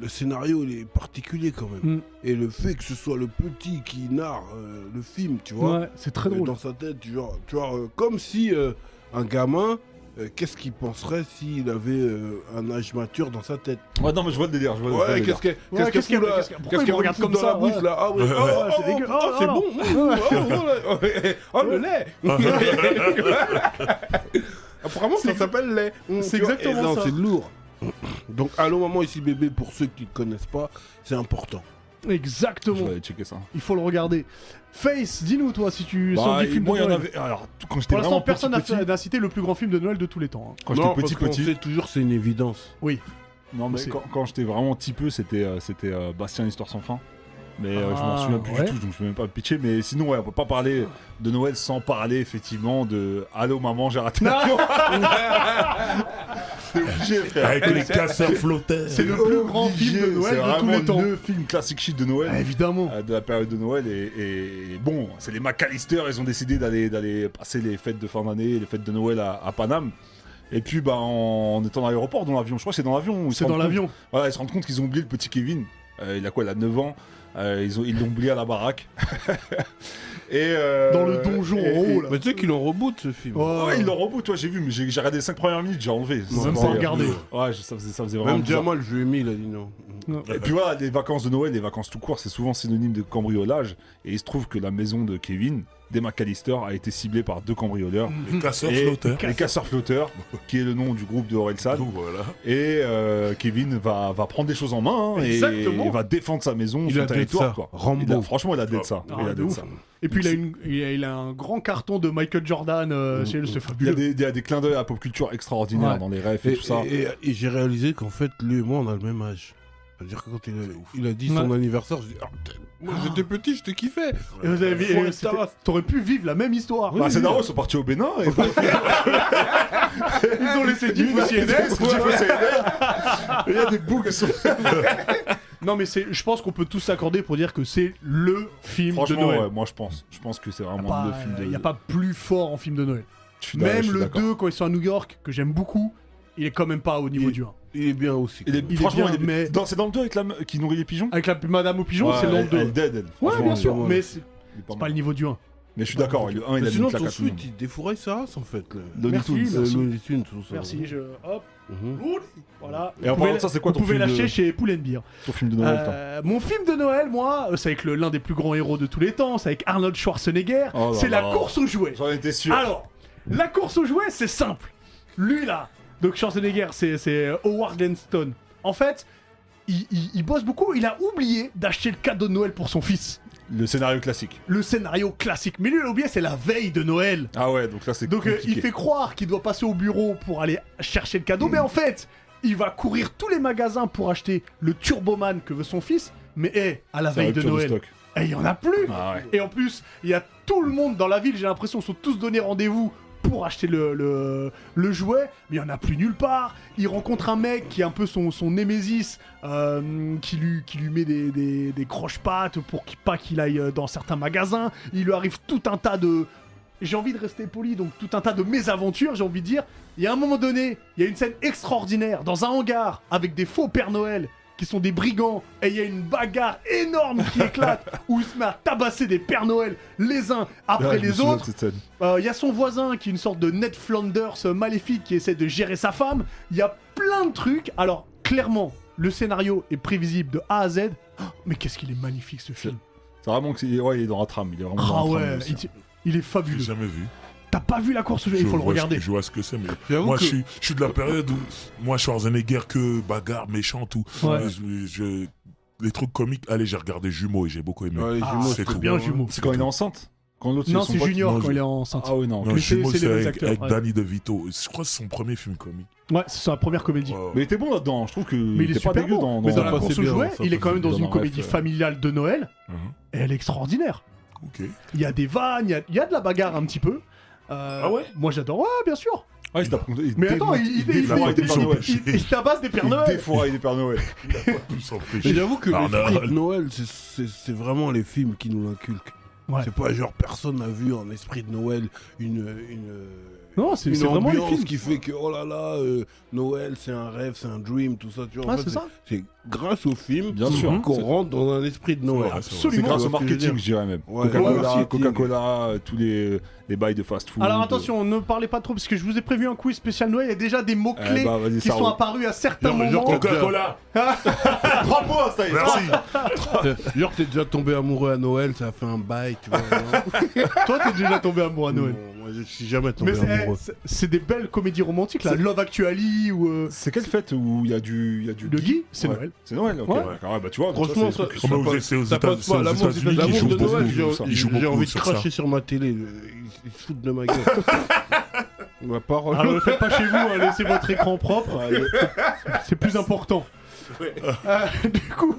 le scénario, il est particulier quand même.
Mm.
Et le fait que ce soit le petit qui narre euh, le film, tu vois,
Ouais, c'est très
euh,
drôle.
dans sa tête, tu vois, tu vois, euh, comme si euh, un gamin, euh, qu'est-ce qu'il penserait s'il avait euh, un âge mature dans sa tête
Ouais, non, mais je vois le délire. Je vois le
Ouais,
délire.
qu'est-ce qu'elle
Ouais, qu'est-ce
qu'est-ce
qu'elle-
qu'elle fout là
qu'est-ce qu'elle- pourquoi il me
qu'elle
regarde
fout
comme
dans
ça,
la bouche
ouais.
là Ah ouais,
Ouais,
oh,
ouais,
oh,
c'est dégueu.
oh,
Oh,
c'est
non,
bon.
non.
mmh, Oh
ah,
oh, oh, oh, le lait. Apparemment ça
C'est-
s'appelle lait. Mmh,
c'est
tu vois,
exactement
et non,
ça.
C'est lourd. Donc allô maman ici bébé pour ceux qui ne connaissent pas, c'est important.
Je
Exactement.
vais aller checker ça.
Il faut le regarder. Face, dis-nous toi si tu sens
Bah,
des films
moi,
de
il y en
Noël.
avait. Alors, tout- quand j'étais
Pour
vraiment
l'instant,
petit,
personne n'a fait-
petit,
n'a cité le plus grand film de Noël de tous les temps. hein.
quand
non,
j'étais petit,
parce qu'on
petit,
sait toujours c'est une évidence.
Oui.
Non, mais
C'est-
quand, quand j'étais vraiment petit peu, c'était euh, c'était euh, Bastien Histoire sans fin. Mais euh, je m'en
Ah,
souviens plus
ouais.
du tout, donc je vais même pas pitcher. Mais sinon, ouais, on peut pas parler de Noël sans parler effectivement de Allô maman, j'ai raté l'avion. C'est obligé, frère. Eh,
Avec les casseurs flotteurs.
C'est le plus grand
Obligé,
film de Noël
c'est
de tous les
vraiment
temps.
Le film classique shit de Noël.
Ah, Évidemment.
euh, de la période de Noël et, et- et bon c'est les McAllister ils ont décidé d'aller d'aller passer les fêtes de fin d'année les fêtes de Noël à, à Paname et puis bah en, en étant dans l'aéroport dans l'avion je crois que c'est dans l'avion ils se
C'est dans
rendent compte-
l'avion.
voilà, ils se rendent compte qu'ils ont oublié le petit Kevin. Euh, il a quoi Il a 9 ans. Euh, ils ont- ils l'ont oublié à la baraque. et euh,
Dans le donjon en
et-
haut, là.
Mais tu sais qu'ils l'ont reboot ce film.
et-
Oh,
Ouais, ils l'ont reboot, toi j'ai vu, mais j'ai j'ai regardé les 5 premières minutes, j'ai enlevé.
Ils ont
Ça
même
me
pas
faisait-
regardé.
Ouais, je- ça faisait, ça faisait vraiment
Même
bizarre.
Jamal, je lui ai mis, il a dit non.
Et puis voilà, les vacances de Noël, les vacances tout court, c'est souvent synonyme de cambriolage. Et il se trouve que la maison de Kevin, des McAllister, a été ciblée par deux cambrioleurs.
Les casseurs
Et
flotteurs.
les casseurs flotteurs, qui est le nom du groupe de Orelsan.
Nous, voilà.
Et euh, Kevin va, va prendre des choses en main hein, et,
Exactement.
et va défendre sa maison,
Il
son
a dû être
territoire.
ça.
Quoi.
Rambo.
Il a- franchement, il a dû être ça.
Ah,
il a
de
dû être
ouf.
ça.
Et puis il a, une, il a, il a un grand carton de Michael Jordan euh, chez lui, c'est
Mm, Il y, a
fabuleux.
des, il y a des clins d'œil à la pop culture extraordinaire
Ouais.
dans les refs et,
Et,
tout ça.
et- et- et j'ai réalisé qu'en fait, lui et moi, on a le même âge. C'est-à-dire que quand il a, il a dit son anniversaire, je dis, Ah, putain, moi j'étais petit, je te kiffais.
Et vous avez vu-
Forest
et c'était-
Tawas.
T'aurais pu vivre la même histoire.
Bah, c'est normal, ils sont partis au Bénin. Et...
Ils ont laissé
Ils ont laissé Dufaux Siennes. Il y a des bouts qui sont.
Non, mais c'est, je pense qu'on peut tous s'accorder pour dire que c'est le film de
Franchement,
Noël.
ouais, moi je pense. Je pense que c'est
Il n'y
vraiment
a,
le
pas-
film de.
y a pas plus fort en film de Noël.
Je suis d'accord, Bah, je
Même
suis
le
d'accord.
2, quand ils sont à New York, que j'aime beaucoup, il est quand même pas au niveau
Il-
du 1.
Il est bien aussi.
Il est,
Il est
franchement,
bien,
il est-
mais-
dans- c'est dans le 2 avec la me- qui nourrit les pigeons.
Avec la Madame au pigeon,
Ouais,
c'est le
elle-
2.
elle dead, elle.
Ouais,
Franchement,
bien
elle-
sûr,
ouais.
mais c'est
elle est
c'est
mal.
pas le niveau du 1.
Mais je suis d'accord, le 1 il a
Mais
mis
sinon,
une claque
ton
à tout le monde.
suite, il défouraille sa race en fait. Le...
Looney
Merci,
Tunes.
Le
merci.
Looney Tunes, tout ça.
Merci, Mmh. je. Hop,
Mhm.
voilà.
Et en
Vous pouvez-
parlant de ça, c'est quoi
vous
ton
pouvez
film de-
lâcher chez Poulenbeer.
Ton film de Noël, toi
Euh, mon film de Noël, moi, euh, c'est avec le- l'un des plus grands héros de tous les temps, c'est avec Arnold Schwarzenegger,
Oh là
c'est la
là.
course aux jouets.
J'en étais sûr.
Alors, la course aux jouets, c'est simple. Lui là, donc Schwarzenegger, c'est c'est Howard Lanston. En fait, il, il- il bosse beaucoup, il a oublié d'acheter le cadeau de Noël pour son fils.
Le scénario classique.
Le scénario classique. Mais lui, il a oublié, c'est la veille de Noël.
Ah ouais, donc là c'est
Donc euh, il
compliqué. Mm.
fait croire qu'il doit passer au bureau pour aller chercher le cadeau, mais en fait, il va courir tous les magasins pour acheter le Turboman que veut son fils. Mais hé, à la
C'est la
veille de
rupture
Noël,
stock.
eh, il y en a plus.
Ah ouais.
Et en plus, il y a tout le monde dans la ville, j'ai l'impression, ils sont tous donnés rendez-vous pour acheter le, le, le jouet, mais il n'y en a plus nulle part. Il rencontre un mec qui est un peu son, son némésis, euh, qui, lui, qui lui met des, des, des croche-pattes pour qu'il, pas qu'il aille euh, dans certains magasins. Il lui arrive tout un tas de... J'ai envie de rester poli, donc tout un tas de mésaventures, j'ai envie de dire. Il y a un moment donné, il y a une scène extraordinaire dans un hangar avec des faux Père Noël qui sont des brigands, et il y a une bagarre énorme qui éclate, où il se met à tabasser des Pères Noël les uns après
Ouais, Ah, je me
les
souviens de
autres.
cette scène.
Euh, Il y a son voisin qui est une sorte de Ned Flanders euh, maléfique qui essaie de gérer sa femme. Il y a plein de trucs. Alors, clairement, le scénario est prévisible de A à Z. Oh, mais qu'est-ce qu'il est magnifique ce film.
C'est vraiment que c'est- ouais, il est dans la trame, il est vraiment
Ah
dans la trame,
ouais,
lui aussi.
il, il est
J'ai
fabuleux.
jamais vu.
T'as pas vu la course au jeu, il
Je
faut le
vois ce
regarder.
que- je vois ce que c'est, mais
J'avoue
moi
que-
je, suis, je suis de la période où moi Schwarzenegger que bagarre méchant tout.
Ouais.
Je- je- les trucs comiques, allez j'ai regardé Jumeaux et j'ai beaucoup aimé.
Ouais, les
Ah,
jumeaux,
c'est
c'était
cool.
Bien
bon,
jumeau.
C'est quand il est enceinte Quand l'autre
Non,
son
c'est
pote-
Junior
non,
quand
je-
il est enceinte.
Ah ouais, non. ok.
Non,
Mais
Jumeaux
c'est- c'est
c'est
les mêmes
avec,
acteurs,
avec
ouais.
Danny DeVito. Je crois que c'est son premier film comique. Oh,
Ouais, c'est sa première comédie.
Ouais.
Mais il était bon là-dedans, je trouve que.
Mais il est
était pas
super
dégueu
bon.
dans.
Mais dans
dans-
la
ça
course
passait
au
bien,
jouet,
ça
il est quand
passait
même dans
bien,
une
bref,
comédie
euh.
familiale de Noël.
Mhm.
Et elle est extraordinaire.
Ok.
Il y a des vannes, il y a, il y a de la bagarre un petit peu. Euh,
Ah ouais
Moi j'adore, ouais, bien sûr.
Ah, il se tape contre- il
Mais attends, il,
démonte-
il,
il
il,
défouraille
il-
des Pères Noël.
il- il- il tabasse des Pères
Il
Noël.
défouraille des Pères Noël.
Ils sont
Mais
péchés.
j'avoue que
Arnold.
l'esprit de Noël, c'est- c'est c'est vraiment les films qui nous l'inculquent.
Ouais.
C'est pas genre personne n'a vu en esprit de Noël une une
Non, c'est
une
c'est vraiment les
ambiance
films.
qui fait que oh là là euh, Noël c'est un rêve, c'est un dream, tout ça. Tu vois, en
Ah,
fait,
c'est ça
C'est grâce au film
Bien sûr.
qu'on rentre dans un esprit de Noël.
vrai, c'est
Tu
vrai.
vois ce que je
C'est
veux
grâce au
dire
marketing, je dirais même.
Ouais, le
Coca-Cola,
marketing.
Coca-Cola, euh, tous les, les bails de fast-food. euh,
Alors attention, ne parlez pas trop parce que je vous ai prévu un quiz spécial Noël. Il y a déjà des mots
Eh
clés
bah, vas-y,
qui
ça
sont
roule.
apparus à certains
Genre, genre
moments.
Coca-Cola.
Trois points, ça y est.
Merci.
T'es- Genre t'es déjà tombé amoureux à Noël, ça fait un bail. Tu vois, non
Toi, t'es déjà tombé amoureux à Noël.
Non, moi je suis jamais tombé
Mais c'est-
amoureux.
c'est c'est des belles comédies romantiques là.
C'est-
Love Actually ou euh,
C'est quelle fête où il y a du. il Y a du
Le Guy, c'est
Ouais.
Noël.
C'est Noël, ok.
Ouais.
d'accord. Ouais, bah tu vois, donc
Franchement,
ça, c'est-
ça,
Oh, mais vous- c'est aux
ça
États-
passe
c'est
pas.
aux
L'amour
États-Unis
l'amour
qu'ils jouent
de
beaucoup
Noël,
sur ça.
j'ai-
Ils jouent
j'ai
beaucoup
envie de
sur
cracher sur ma télé. Ils ils se foutent de ma gueule. ma parole.
Alors ne le faites pas chez vous, hein, laissez votre écran propre. C'est plus important. Euh, du coup,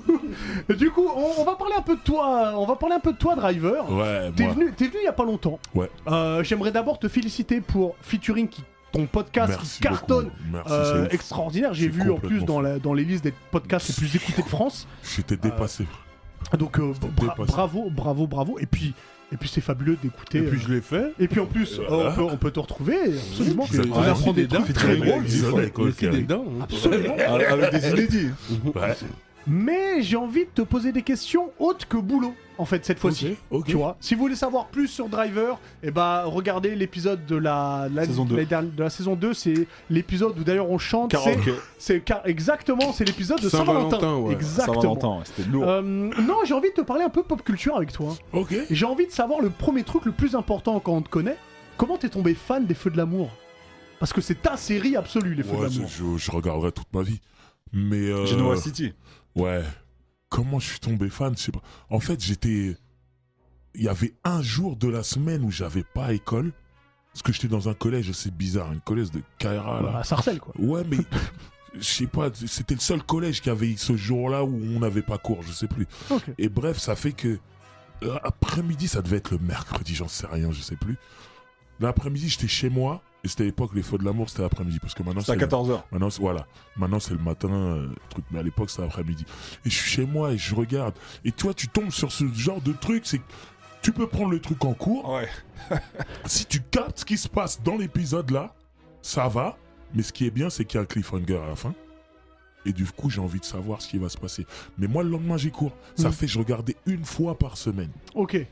du coup, on, on va parler un peu de toi. euh, On va parler un peu de toi, Driver.
Ouais,
T'es
moi.
venu, t'es venu il y a pas longtemps.
Ouais.
Euh, J'aimerais d'abord te féliciter pour featuring qui, ton podcast
Merci
qui cartonne.
beaucoup. Merci,
euh,
c'est ouf.
extraordinaire, j'ai
C'est
vu en
complètement
plus dans,
fou.
la, dans les listes des podcasts les plus écoutés de France.
J'étais dépassé.
Donc euh,
C'était
bra-
dépassé.
bravo, bravo, bravo. Et puis, et puis c'est fabuleux d'écouter.
Et puis
euh,
je l'ai fait.
et puis en plus,
Euh,
euh,
voilà.
on, peut, on peut te retrouver, absolument.
Ils
On
Ouais,
apprend des
dingues.
trucs très
très drôle.
drôles.
C'est des dents. hein.
Absolument.
Avec des inédits.
Ouais.
Mais j'ai envie de te poser des questions hautes que boulot, en fait, cette fois-ci.
Ok, ok.
Tu vois, si vous voulez savoir plus sur Driver, eh ben, regardez l'épisode de la, la-
Saison deux.
la dernière- de la saison 2. C'est l'épisode où d'ailleurs on chante. c'est-
Karaoke.
C'est car- exactement, c'est l'épisode de Saint-Valentin.
Saint-Valentin, ouais.
Exactement.
Saint-Valentin, ouais, c'était lourd.
Euh, non, j'ai envie de te parler un peu pop culture avec toi.
Ok.
J'ai envie de savoir le premier truc le plus important quand on te connaît. Comment t'es tombé fan des Feux de l'amour Parce que c'est ta série absolue, les Feux
Ouais,
de l'amour.
je, je- je regarderai toute ma vie. Mais. euh,
Genoa City.
Ouais. Comment je suis tombé fan, je sais pas. En fait, j'étais. Il y avait un jour de la semaine où j'avais pas école. Parce que j'étais dans un collège, c'est bizarre, un collège de Kaira là.
À Sarcelles, quoi.
Ouais, mais je sais pas, c'était le seul collège qui avait ce jour-là où on n'avait pas cours, je sais plus.
Ok.
Et bref, ça fait que euh, après-midi, ça devait être le mercredi, j'en sais rien, je sais plus. L'après-midi, j'étais chez moi et c'était à l'époque les feux de l'amour, c'était l'après-midi parce que maintenant
C'est à
c'est
14h.
Maintenant, c'est- voilà. Maintenant, c'est le matin, euh, truc. Mais à l'époque, c'était après-midi. Et je suis chez moi et je regarde. Et toi, tu tombes sur ce genre de truc. C'est que tu peux prendre le truc en cours.
Ouais.
Si tu captes ce qui se passe dans l'épisode là, ça va. Mais ce qui est bien, c'est qu'il y a un cliffhanger à la fin. Et du coup, j'ai envie de savoir ce qui va se passer. Mais moi, le lendemain, j'ai cours. Ça
Mm.
Mhm.
fait, je regardais une fois par semaine.
Ok.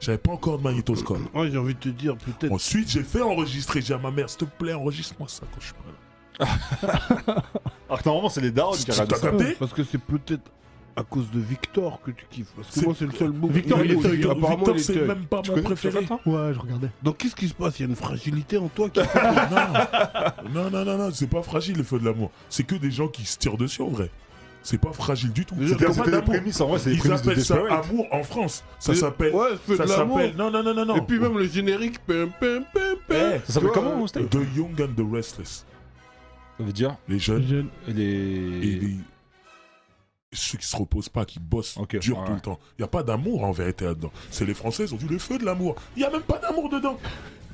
J'avais pas encore de magnétoscope.
Mm.
Ouais, j'ai envie de te dire, peut-être.
Ensuite, j'ai fait enregistrer. J'ai dit à ma mère, s'il te plaît, enregistre-moi ça quand je suis pas là.
Alors que normalement, c'est les darons
Tu-
qui
tu
regardent
t'as
ça.
capté
Parce que c'est peut-être à cause de Victor que tu kiffes. Parce que
C'est-
moi, c'est le seul mot.
Victor, il est
Apparemment,
thug.
il est
Victor, c'est
thug.
même pas mon préféré.
Ouais, je regardais.
Donc, qu'est-ce qui se passe Il y a une fragilité en toi qui.
non, non, non, non, c'est pas fragile le feu de l'amour. C'est que des gens qui se tirent dessus en vrai. C'est pas fragile du tout.
Déjà,
C'est-à-dire,
C'était
c'est
des
pas d'amour.
prémices, en vrai, c'est des
Ils
prémices de
appellent ça
Desperate.
amour en France. Ça
Mais-
s'appelle.
Ouais, c'est
ça
de l'amour.
s'appelle. Non, non, non, non, non.
Et puis, même le générique. Pim, pim, pim, pim.
Ça s'appelle
Tu vois,
comment, Steve
The Young and the Restless.
euh, Ça veut dire
Les jeunes
Jeune.
et
les.
les- Ceux qui se reposent pas, qui bossent
Ok,
dur
ouais.
tout le temps. Il n'y a pas d'amour en vérité là-dedans. C'est les Français, ils ont dit le feu de l'amour. Il n'y a même pas d'amour dedans.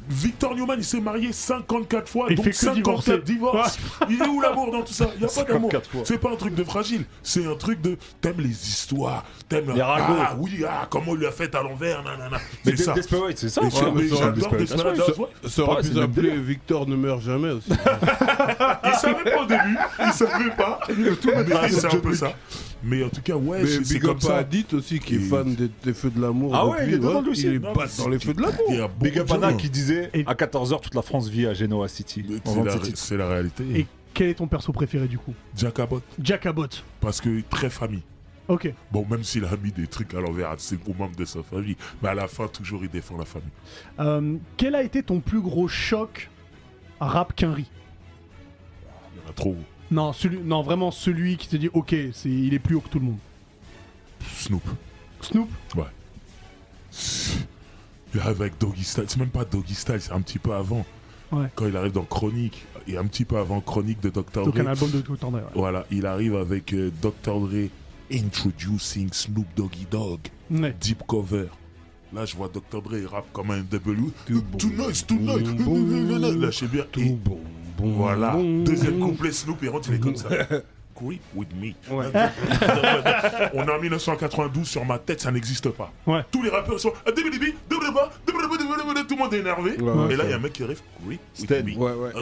Victor Newman, il s'est marié 54 fois,
Il
donc
fait que
54 divorces. Il est où l'amour dans tout ça Il n'y a pas d'amour.
54 fois.
C'est pas un truc de fragile, c'est un truc de t'aimes les histoires, t'aimes
Les ragots.
ah oui ah comment il l'a fait à l'envers nanana.
Mais
C'est ça.
Desperate, c'est ça
Et
ouais,
sur-
mais
mais
ça,
j'adore
Desperate
Desperate
Housewives.
Housewives.
Ça aurait
Pareil,
pu
c'est le même
s'appeler Victor ne meurt jamais aussi.
Il savait pas au début, Ah. il savait pas. Mais c'est un peu ça. Mais en tout cas ouais,
Mais
c'est- c'est
Big
comme
Up à
ça.
Adit aussi, qui est
Et-
fan des, des Feux de l'amour.
Ah ouais,
depuis,
il est dedans, lui aussi.
Il est
Non,
pas
mais
dans les
c'est-
Feux de l'amour.
Il y a beaucoup
Big
de
up Anna
gens.
qui disait
Et-
à 14h toute la France vit à Genoa City.
Mais
En
C'est la,
27 titres.
c'est la réalité.
Et quel est ton perso préféré du coup
Jack Abbott,
Jack Abbott.
parce que très famille.
Ok.
Bon, même s'il a mis des trucs à l'envers, c'est pour membres de sa famille. Mais à la fin, toujours, il défend la famille.
Euh, quel a été ton plus gros choc rap qu'un riz
Il y en a trop.
non, celui, non, vraiment celui qui te dit ok, c'est, il est plus haut que tout le monde.
Snoop.
Snoop
Avec Doggy Style. C'est même pas Doggy Style, c'est un petit peu avant.
Ouais.
Quand il arrive dans Chronique, et un petit peu avant Chronique de Dr.
Donc un
Dre.
album de tout le temps. d'ailleurs.
Voilà, il arrive avec euh, Dr. Dre introducing Snoop Doggy Dog.
Ouais.
Deep cover. Là, je vois Dr. Dre, il rappe comme un W.
Tout bon,
Tonight, tonight.
tout bon,
Là, je sais bien. Et
Tout bon, bon.
Voilà,
bon.
deuxième couplet Snoop et rentre, il est comme ça. Creep with me. On est en 1992 sur ma tête, ça n'existe pas.
Ouais.
Tous les rappeurs sont ah, dibidibi, dibidiba, dibidibi, tout le monde est énervé.
Ouais,
et là,
ça.
il y a un mec qui arrive, creep with
Stan,
me.
Ouais, ouais.
Ah,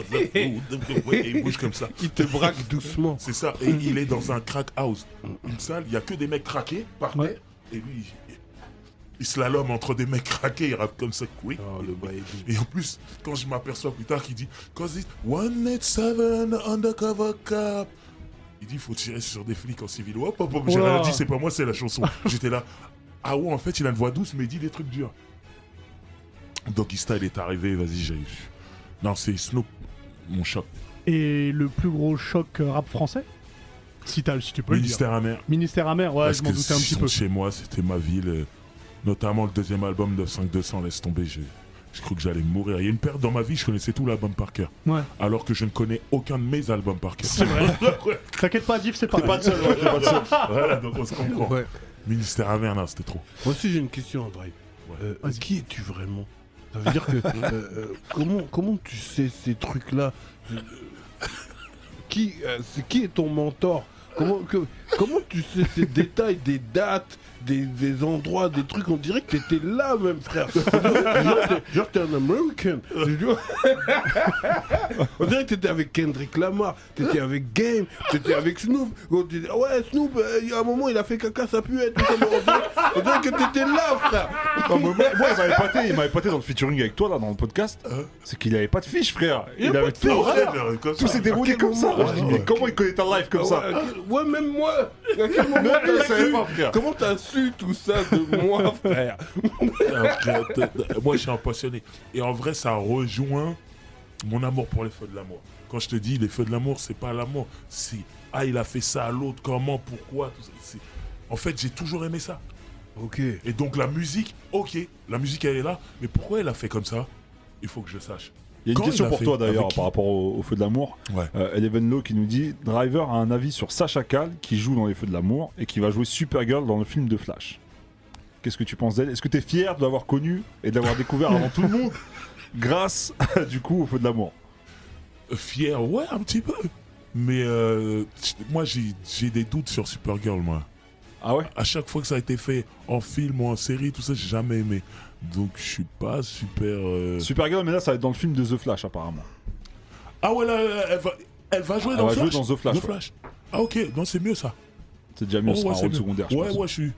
ouais, Et il bouge comme ça.
Il te braque doucement.
C'est ça. Et il est dans un crack house. Une salle, il n'y a que des mecs craqués par terre.
Ouais.
Et lui, il- il slalom entre des mecs craqués, il rappe comme ça, creep
Oh, le baby.
et en plus, quand je m'aperçois plus tard qu'il dit, quand il dit One Net Seven Undercover Cap, il dit faut tirer sur des flics en civil. Hop, hop, hop, j'ai
Ouah.
rien dit, c'est pas moi, c'est la chanson. J'étais là. Ah ouais, en fait, il a une voix douce, mais il dit des trucs durs. Doggy Style est arrivé, vas-y, j'ai. Non, c'est Snoop, mon choc.
Et le plus gros choc euh, rap français si, t'as- si tu peux
Ministère amer.
le dire. Ministère amer, ouais,
parce
je m'en
que
doutais un
si
petit
je
peu.
rentre chez moi, c'était ma ville. euh, Notamment le deuxième album de 5200, laisse tomber. Je, je crois que j'allais mourir. Il y a une perte dans ma vie, je connaissais tout l'album par cœur.
Ouais.
alors que je ne connais aucun de mes albums par cœur.
C'est vrai. T'inquiète pas, Diff, c'est pas.
T'es pas le seul, ouais, t'es pas le seul.
voilà, donc on se comprend.
Ouais.
Ministère amer, non, c'était trop.
Moi aussi, j'ai une question, André. Euh,
Vas-y.
qui es-tu vraiment Ça veut dire que. euh, euh, comment, comment tu sais ces trucs-là Euh, qui, euh, c'est- qui est ton mentor comment, que- comment tu sais ces détails, des dates, des, des endroits, des trucs On dirait que t'étais là, même, frère. Genre, t'es- genre, t'es un American. Tu vois On dirait que t'étais avec Kendrick Lamar, t'étais avec Game, t'étais avec Snoop. On te dit, ah ouais, Snoop, euh, il y a un moment, il a fait caca, ça pue. Tout ça, mais on, dirait, on dirait que t'étais là, frère.
Non, mais moi, moi, il m'avait pâté, il m'avait pâté dans le featuring avec toi, là, dans le podcast.
Hein
C'est qu'il avait pas de fiche, frère.
y a pas
avait
de
tout
fiche,
en
Ouais,
l'air.
mais comme
Tout
ça.
s'est déroulé comme ça.
moment,
Je dis,
ouais.
mais comment il connaît ta life comme ça
Ah ouais, ok. ouais, même moi. À quel moment
Même lui, il
t'as
savait
su-
pas, frère.
Comment t'as su tout ça de moi, frère
Alors que, euh, euh, Moi, je suis un passionné. Et en vrai, ça rejoint mon amour pour les feux de l'amour. Quand je te dis les feux de l'amour, c'est pas l'amour, c'est ah, il a fait ça à l'autre, comment, pourquoi, tout ça. C'est- En fait, j'ai toujours aimé ça.
Ok.
Et donc la musique, ok, la musique elle est là, mais pourquoi elle a fait comme ça Il faut que je sache.
Il y a une
Quand
question
il a
pour
fait
toi d'ailleurs
Avec qui
par rapport au, au Feu de l'amour.
Ouais.
Euh, Eleven Law qui nous dit Driver a un avis sur Sacha Khan qui joue dans Les Feux de l'amour et qui va jouer Supergirl dans le film de Flash. Qu'est-ce que tu penses d'elle Est-ce que tu es fier de l'avoir connue et de l'avoir découvert avant tout le monde grâce du coup au Feu de l'amour
Euh, Fier, ouais, un petit peu. Mais euh, moi, j'ai j'ai des doutes sur Supergirl, moi.
Ah ouais
À chaque fois que ça a été fait en film ou en série, tout ça, j'ai jamais aimé. Donc, je suis pas super. euh,
Supergirl, mais là ça va être dans le film de The Flash apparemment.
Ah ouais, là, là, elle va, elle va jouer
Elle
dans
va jouer
Flash.
dans The Flash, ouais.
Ah ok, non, c'est mieux ça.
C'est déjà mieux,
Oh,
ce sera
ouais,
un
c'est
rôle
mieux.
secondaire. je
ouais,
pense.
ouais, je suis.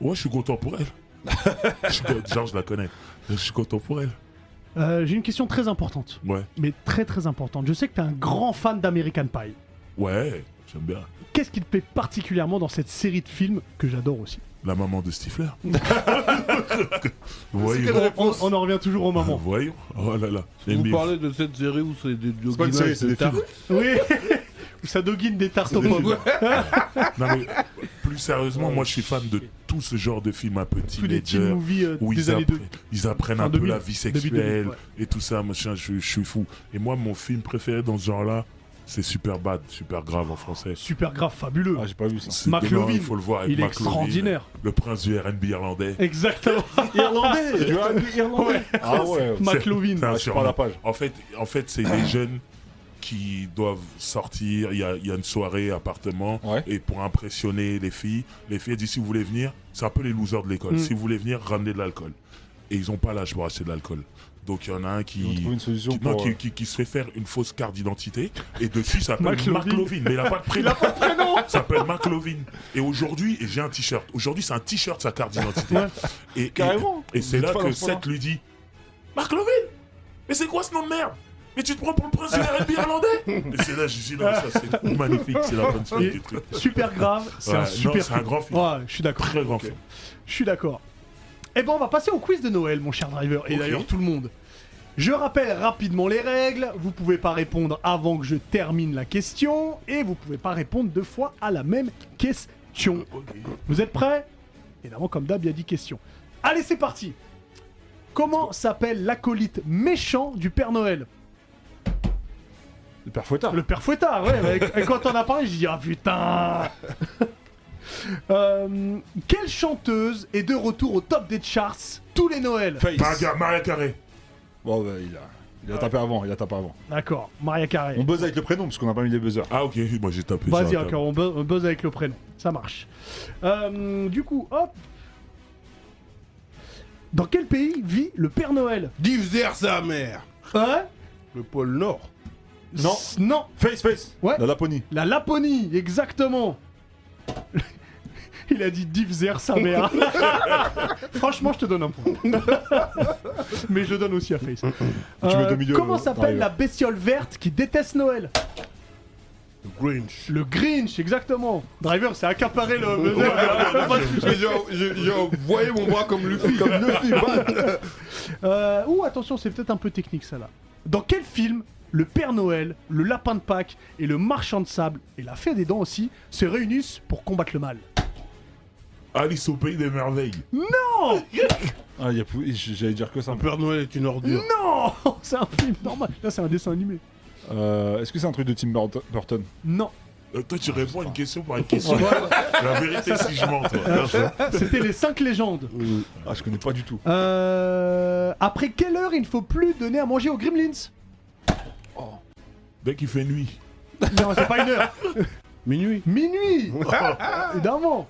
Ouais, je suis content pour elle. je suis con- Genre, je la connais. Je suis content pour elle.
Euh, J'ai une question très importante,
Ouais,
mais très très importante. Je sais que t'es un grand fan d'American Pie.
ouais, j'aime bien.
Qu'est-ce qui te plaît particulièrement dans cette série de films que j'adore aussi
La maman de Stifler.
on,
voyons.
on- on en revient toujours au moment.
Voyons. Oh là là. Et
Vous
mais-
parlez de cette série où c'est des
C'est pas une série, c'est des films.
Oui Ça doguine des tartes aux pommes.
Non, mais plus sérieusement, moi je suis fan de tout ce genre de films un peu
Tous les teen
teenager,
movies euh,
où
des
ils,
années
appren-
2000.
ils apprennent
Fin
un peu
2000,
la vie
début 2000,
sexuelle
ouais.
et tout ça, machin, je, je suis fou. Et moi, mon film préféré dans ce genre-là, c'est Super Bad, Super Grave en français.
Super grave, fabuleux.
Ah, j'ai pas vu ça.
C'est
Mac
demain,
Lovin.
il faut le voir avec
Il est
Mac Lovin,
extraordinaire.
le prince du RB irlandais.
Exactement.
Irlandais tu vois, Irlandais Ah ouais,
McLovin.
C'est un
Ah, je prends la page.
En fait, en fait c'est des jeunes qui doivent sortir. Il y a, il y a une soirée, appartement.
Ouais.
Et pour impressionner les filles, les filles elles disent si vous voulez venir, c'est un peu les losers de l'école.
Mm.
Si vous voulez venir, ramenez de l'alcool. Et ils n'ont pas l'âge pour acheter de l'alcool. Donc il y en a un
Ils vont
qui.
trouver une solution
qui- non,
pour. euh,
qui, qui- qui se fait faire une fausse carte d'identité et dessus ça
Mark
s'appelle Mark
Lovin.
Lovin mais il a pas de prénom. Il pas de prénom. Ça s'appelle Mark Lovin. Et aujourd'hui, et j'ai un t-shirt. Aujourd'hui, c'est un t-shirt sa carte d'identité. Et, et-
Carrément.
Et, c'est
Vous
là
êtes pas
que
dans ce point-là.
Seth lui dit Mark Lovin Mais c'est quoi ce nom de merde Mais tu te prends pour le prince du RB irlandais Et c'est là, je dis non, ça c'est magnifique, c'est la bonne suite du truc.
Super grave, c'est
Ouais,
un
non,
super
c'est un grand film.
Ouais, je suis d'accord.
Très grand
Ok.
film.
Je suis d'accord. Eh ben, on va passer au quiz de Noël, mon cher driver, et
Ok.
d'ailleurs tout le monde. Je rappelle rapidement les règles. Vous pouvez pas répondre avant que je termine la question, et vous pouvez pas répondre deux fois à la même question. Vous êtes prêts Évidemment, comme d'hab, il y a 10 questions. Allez, c'est parti. Comment s'appelle l'acolyte méchant du Père Noël
Le père Fouettard.
Le père Fouettard, ouais. ouais. Et quand on a parlé, j'ai dit Ah putain Euh, Quelle chanteuse est de retour au top des charts tous les Noëls
Face.
Maria, Maria Carré.
Bon, bah, il a, il a tapé avant, il a tapé avant.
D'accord, Maria
On
Carré.
buzz avec le prénom parce qu'on n'a pas mis les buzzers.
Ah ok, moi j'ai tapé ça.
Vas-y,
attends.
encore, on buzz, on buzz avec le prénom. Ça marche. Euh, du coup, hop. Dans quel pays vit le Père Noël
Divzer sa mère
Hein
Le pôle Nord
Non.
S- Non
Face, face
Ouais.
La Laponie.
La Laponie, exactement Il a dit Divzer, sa mère. Franchement, je te donne un point. Mais je le donne aussi à Face.
mets deux millions,
comment
euh,
s'appelle
Driver.
la bestiole verte qui déteste Noël
Le Grinch
Le Grinch, exactement. Driver, c'est accaparé le... le- le-
J'ai j'ai envoyé mon bras comme Luffy Comme Luffy,
Euh, ouh, attention, c'est peut-être un peu technique, ça, là. Dans quel film le Père Noël, le Lapin de Pâques et le Marchand de Sable, et la Fée des Dents aussi, se réunissent pour combattre le mal
Alice au pays des merveilles.
Ah, il y a plus- j- j'allais dire que ça.
Père Noël est une ordure
Non C'est un film normal. Là, c'est un dessin animé.
Euh, Est-ce que c'est un truc de Tim Burton- Burton
Non.
Euh, toi tu réponds à une question par une question. la vérité si je mens toi.
Ah, C'était les 5 légendes.
Ah, je connais pas du tout.
Euh, après quelle heure il ne faut plus donner à manger aux gremlins
Dès qu'il fait nuit.
Non, c'est pas une heure.
Minuit
Minuit Évidemment.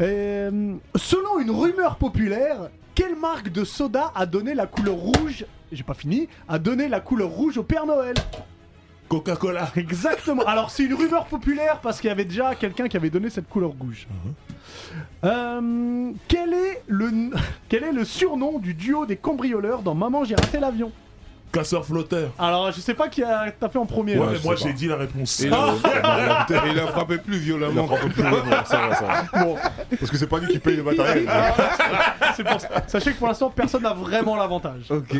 Euh, selon une rumeur populaire, quelle marque de soda a donné la couleur rouge J'ai pas fini. A donné la couleur rouge au Père Noël
Coca-Cola.
Exactement. Alors c'est une rumeur populaire parce qu'il y avait déjà quelqu'un qui avait donné cette couleur rouge. Euh, quel est le n- quel est le surnom du duo des cambrioleurs dans Maman j'ai raté l'avion
Casseur flotteur.
Alors je sais pas qui a tapé en premier. hein,
Ouais,
là.
mais moi j'ai dit la réponse.
Et
Ah,
là, il a frappé plus
Il a
violemment
frappé plus loin, non, ça va, ça va. Parce que c'est pas lui qui paye le matériel.
C'est pour ça. Sachez que pour l'instant personne n'a vraiment l'avantage.
Ok.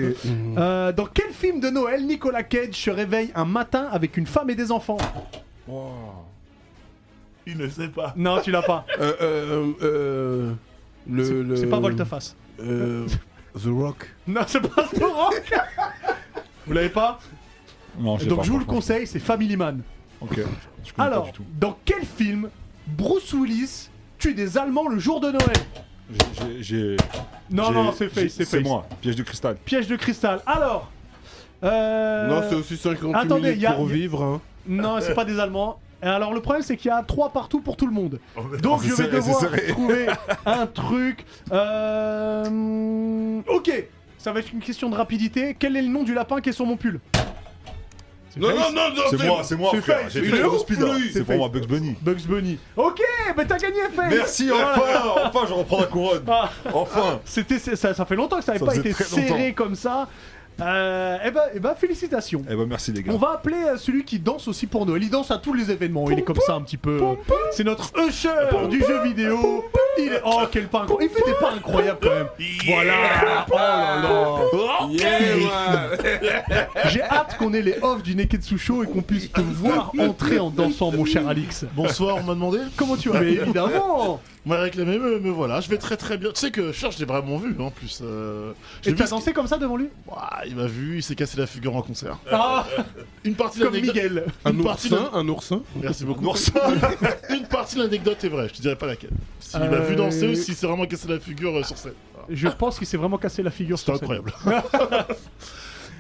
Euh, dans quel film de Noël Nicolas Cage se réveille un matin avec une femme et des enfants
il ne sait pas.
Non tu l'as pas.
Euh, euh, euh, le,
C'est
le-
c'est pas Volteface.
Euh, The Rock.
Non c'est pas Snow Rock. Vous l'avez pas
Non, sais
Donc
pas,
je vous le
franchement.
conseille, c'est Family Man.
Ok. Je connais pas
Alors,
du tout.
dans quel film Bruce Willis tue des Allemands le jour de Noël
J'ai- j'ai- j'ai-
Non,
j'ai-
non, c'est
j'ai-
Face, c'est
C'est
Face.
moi, piège de cristal.
Piège de cristal. Alors. euh,
Non, c'est aussi 58
attendez,
minutes
y a-
pour vivre. hein.
Non, c'est pas des Allemands. Et Alors le problème c'est qu'il y a trois partout pour tout le monde. Donc
Oh,
je
c'est
vais
serré,
devoir
c'est serré.
trouver un truc. Euh... Ok, ça va être une question de rapidité. Quel est le nom du lapin qui est sur mon pull
Non, non, non, non,
C'est moi, c'est moi,
c'est
frère.
Face,
J'ai
il
fait
est
le
ouf,
speed. hein.
lui. C'est
C'est pour
Face.
moi, Bugs Bunny.
Bugs Bunny. Ok, bah t'as gagné, Faye
Merci, enfin Enfin, je reprends la couronne
Ah,
Enfin
C'était, c'est- ça, ça fait longtemps que ça n'avait
Ça
pas
faisait
été
très longtemps.
serré comme ça. Euh, eh ben, eh ben, félicitations.
Eh ben, merci les gars.
On va appeler euh, celui qui danse aussi pour Noël. Il danse à tous les événements. il est comme ça un petit peu. euh, C'est notre usher du jeu vidéo. Il est... Oh, quel pas incroyable. Il fait des pas incroyables quand même. Voilà. Oh là là. J'ai hâte qu'on ait les offs du Neketsu Show et qu'on puisse te voir entrer en dansant, mon cher Alix.
Bonsoir, on m'a demandé.
Comment tu vas Mais évidemment.
On m'a réclamé, mais, mais voilà, je vais très très bien. Tu sais que Cher, je l'ai vraiment vu en plus. euh, je
Et
l'ai vu Euh,
t'as dansé comme ça devant lui
Ouah, il m'a vu, il s'est cassé la figure en concert.
Ah,
Une partie de
Comme
l'anecdote-
Miguel.
Un
Une partie
oursin, un oursin.
Merci beaucoup.
Oursin.
Une partie de l'anecdote est vraie, je te dirai pas laquelle. S'il m'a
Euh,
vu danser ou s'il s'est vraiment cassé la figure euh, sur scène. Voilà.
Je pense qu'il s'est vraiment cassé la figure.
C'était
sur scène.
incroyable.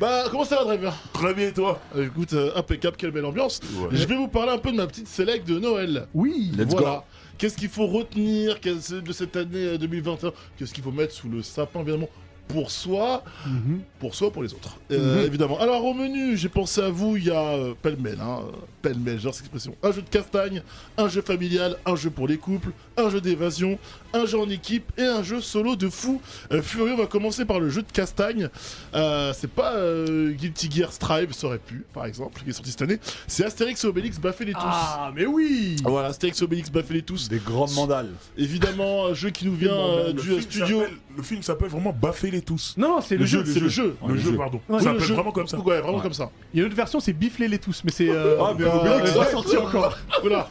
bah, comment ça va, Driver
Très bien, et toi
Euh, Écoute, euh, impeccable, quelle belle ambiance.
Ouais.
Je vais vous parler un peu de ma petite sélect de Noël.
Oui.
Let's
voilà. Qu'est-ce qu'il faut retenir qu'est-ce- de cette année euh, 2021 Qu'est-ce qu'il faut mettre sous le sapin, évidemment pour soi,
Mhm.
pour soi, pour les autres.
Mhm.
Euh, Évidemment. Alors, au menu, j'ai pensé à vous, il y a euh, pêle-mêle, hein, euh, pêle-mêle, genre cette expression. Un jeu de castagne, un jeu familial, un jeu pour les couples, un jeu d'évasion, un jeu en équipe et un jeu solo de fou. Euh, Furieux, on va commencer par le jeu de castagne. Euh, c'est pas euh, Guilty Gear Strive, ça aurait pu, par exemple, qui est sorti cette année. C'est Astérix et Obélix, baffez les tous.
Ah, mais oui.
Voilà, Astérix et Obélix, baffez les tous.
Des grandes mandales.
Évidemment, un jeu qui nous vient euh,
Le
du
film
euh, studio.
s'appelle- Le film s'appelle vraiment Baffer les tous.
Non, non, c'est le, jeu.
c'est le jeu.
Ouais,
le,
le
jeu,
jeu.
pardon.
Ouais,
ça
le
s'appelle
jeu.
vraiment comme ça.
Ouais, vraiment comme ça.
Il y a une autre version, c'est bifler les tous, mais c'est. euh,
Ah, mais
Euh,
Obélix,
elle est pas sortie encore.
Voilà.